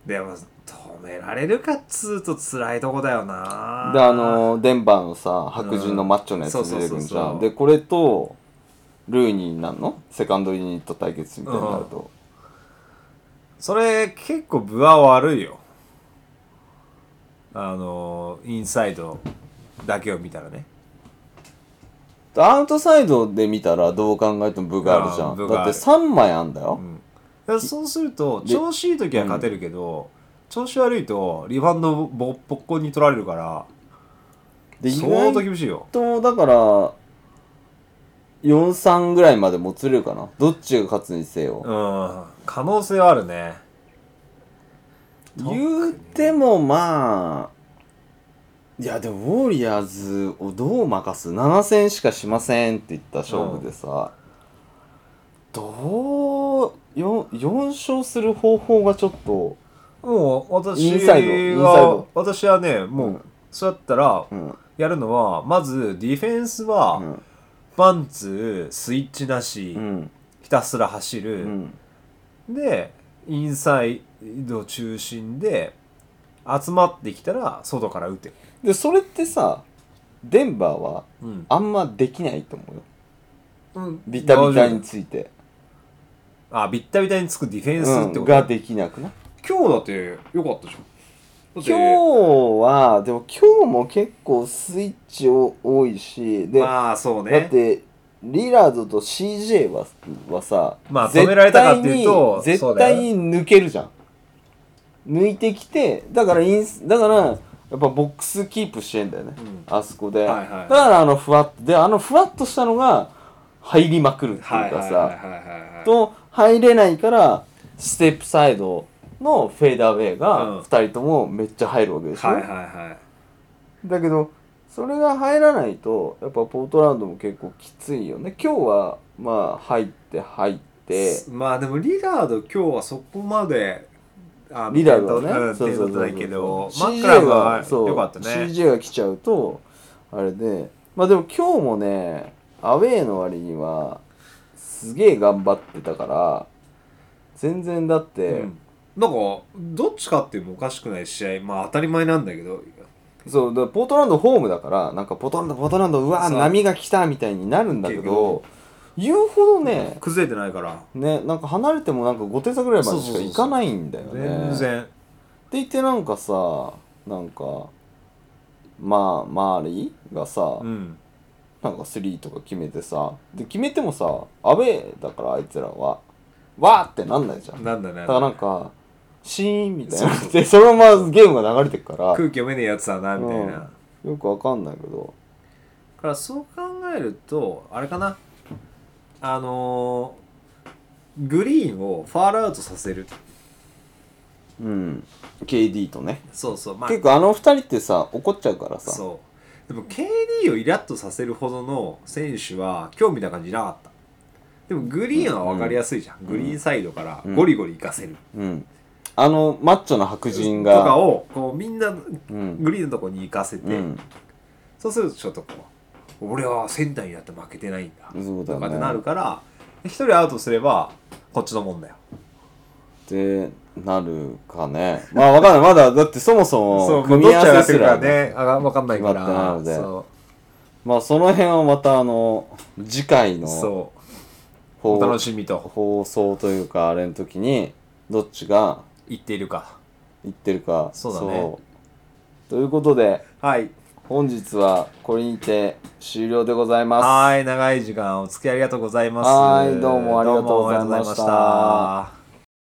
S2: う。でも、止められるかっつうと辛いとこだよな。
S1: であのデンバーのさ白人のマッチョのやつ
S2: うんそうそう
S1: 出てくる
S2: そ
S1: じ
S2: う
S1: ゃ
S2: そうん
S1: でこれとルーニーなんのセカンドユニット対決みたいになると、
S2: それ結構分は悪いよ。あの、インサイドだけを見たらね。
S1: でアウトサイドで見たらどう考えても部があるじゃ
S2: あー
S1: ん
S2: 分があ
S1: だ
S2: る
S1: って3枚あんだ
S2: う
S1: よ、
S2: ん、だからそうすると
S1: で
S2: 調子いい時は勝てるけど、調子悪いとリバウンドボッコッコに取られるから
S1: で意
S2: 相
S1: 外
S2: 当厳しいよ
S1: とだから43ぐらいまでもつれるかなどっちが勝つにせよ、
S2: うん可能性はあるね
S1: 言うてもまあいやでもウォリアーズをどう任す7戦しかしませんって言った勝負でさ、どう 4, 4勝する方法がちょっと
S2: もう私
S1: インサイドインサイ
S2: は
S1: ド
S2: 私はねもう、
S1: うん
S2: そうやったら
S1: うん
S2: やるのはまずディフェンス
S1: う
S2: は
S1: ん
S2: パンツスイッチなし、
S1: うん
S2: ひたすら走
S1: う
S2: る、
S1: ん
S2: でインサイド中心で集まってきたら外から打て、
S1: でそれってさデンバーは
S2: うん
S1: あんまできないと思うよ
S2: うん
S1: ビタビタ
S2: 大丈
S1: について、
S2: 夫あビッタビタにつくディフェン
S1: う
S2: スって
S1: ん、
S2: こと、
S1: ができなくない
S2: 今日だってよかったじゃんだって
S1: 今日はでも今日も結構スイッチを多いしで
S2: まあそうね
S1: だってリラードと CJ ははさ、
S2: まあ
S1: 絶対
S2: 止められたかっていうと
S1: に
S2: そう
S1: 絶
S2: だよ
S1: 対に抜けるじゃん抜いてきてだからインスだからやっぱボックスキープしてんだよね、
S2: うん
S1: あそこで、
S2: はいはいは
S1: だ
S2: い
S1: からあのふわっとであのふわっとしたのが入りまくるっていうかさ、
S2: はいはいはいはいはい
S1: と入れないからステップサイドのフェーダーウェイ
S2: うん
S1: が2人ともめっちゃ入るわけでしょ、
S2: はいはいはい
S1: だけどそれが入らないとやっぱポートランドも結構きついよね今日はまあ入って入って
S2: まあでもリラード今日はそこまであ
S1: リラードはね、
S2: うん
S1: そうそうそうそう
S2: 点取ってないけどマックラ
S1: CJ
S2: ムは
S1: がそう
S2: 良かったね
S1: CJ が来ちゃうとあれでまあでも今日もねアウェーの割にはすげえ頑張ってたから全然だって、
S2: うんなんかどっちかっていうもおかしくない試合まあ当たり前なんだけど
S1: そうだからポートランドホームだからなんかポートランドポートランドうわー
S2: そう
S1: 波が来たみたいになるんだけ
S2: 結構
S1: ど言うほどね
S2: 崩れてないから
S1: ねなんか離れてもなんか5点差ぐらいまでしかいかないんだよね。っ
S2: 全
S1: て
S2: 然
S1: 言ってなんかさなんかまあマーリーがさ
S2: うん
S1: なんかスリーとか決めてさで決めてもさアウェーだからあいつらはわーってなんないじゃん。だ
S2: なんだね
S1: からなんかシーンみたいになってそのままゲームが流れてるから
S2: 空気読めねえやつだなみたいな、
S1: うん
S2: だ
S1: よくわかんないけど。
S2: からそう考えるとあれかなあのーグリーンをファールアウトさせる
S1: うん、KD とね、
S2: そうそうまあ
S1: 結構あの二人ってさ怒っちゃうからさ
S2: そうでも KD をイラッとさせるほどの選手は今日みたいな感じいなかったでもグリーンは分かりやすいじゃん、グリーンサイドから
S1: うん
S2: ゴリゴリ行かせる、
S1: うん、あのマッチョな白人が
S2: とかをこうみんな
S1: うん
S2: グリーンのとこに行かせて、
S1: うん、
S2: そうするとちょっとこう俺は仙台になって負けてないんだ
S1: そうだね
S2: とかってなるから一人アウトすればこっちのもんだよ
S1: ってなるかねまあわかんないまだだってそもそも
S2: どっ
S1: 組
S2: ち
S1: み合
S2: が
S1: わ
S2: やっ
S1: せ
S2: て
S1: す
S2: るからら
S1: ね
S2: ねあ分かんないか
S1: 決まってない
S2: ら
S1: ので
S2: そ
S1: まあその辺はまたあの次回
S2: う
S1: の
S2: そうお
S1: 放
S2: 楽しみと
S1: 放送というかあれの時にどっちが
S2: 言っているか
S1: 言ってるか
S2: そうだね
S1: うということで
S2: はい
S1: 本日はこれにて終了でございます
S2: はい長い時間お付き合いありがとうございます
S1: はいどうもありがとうございました
S2: どうもありがとうございました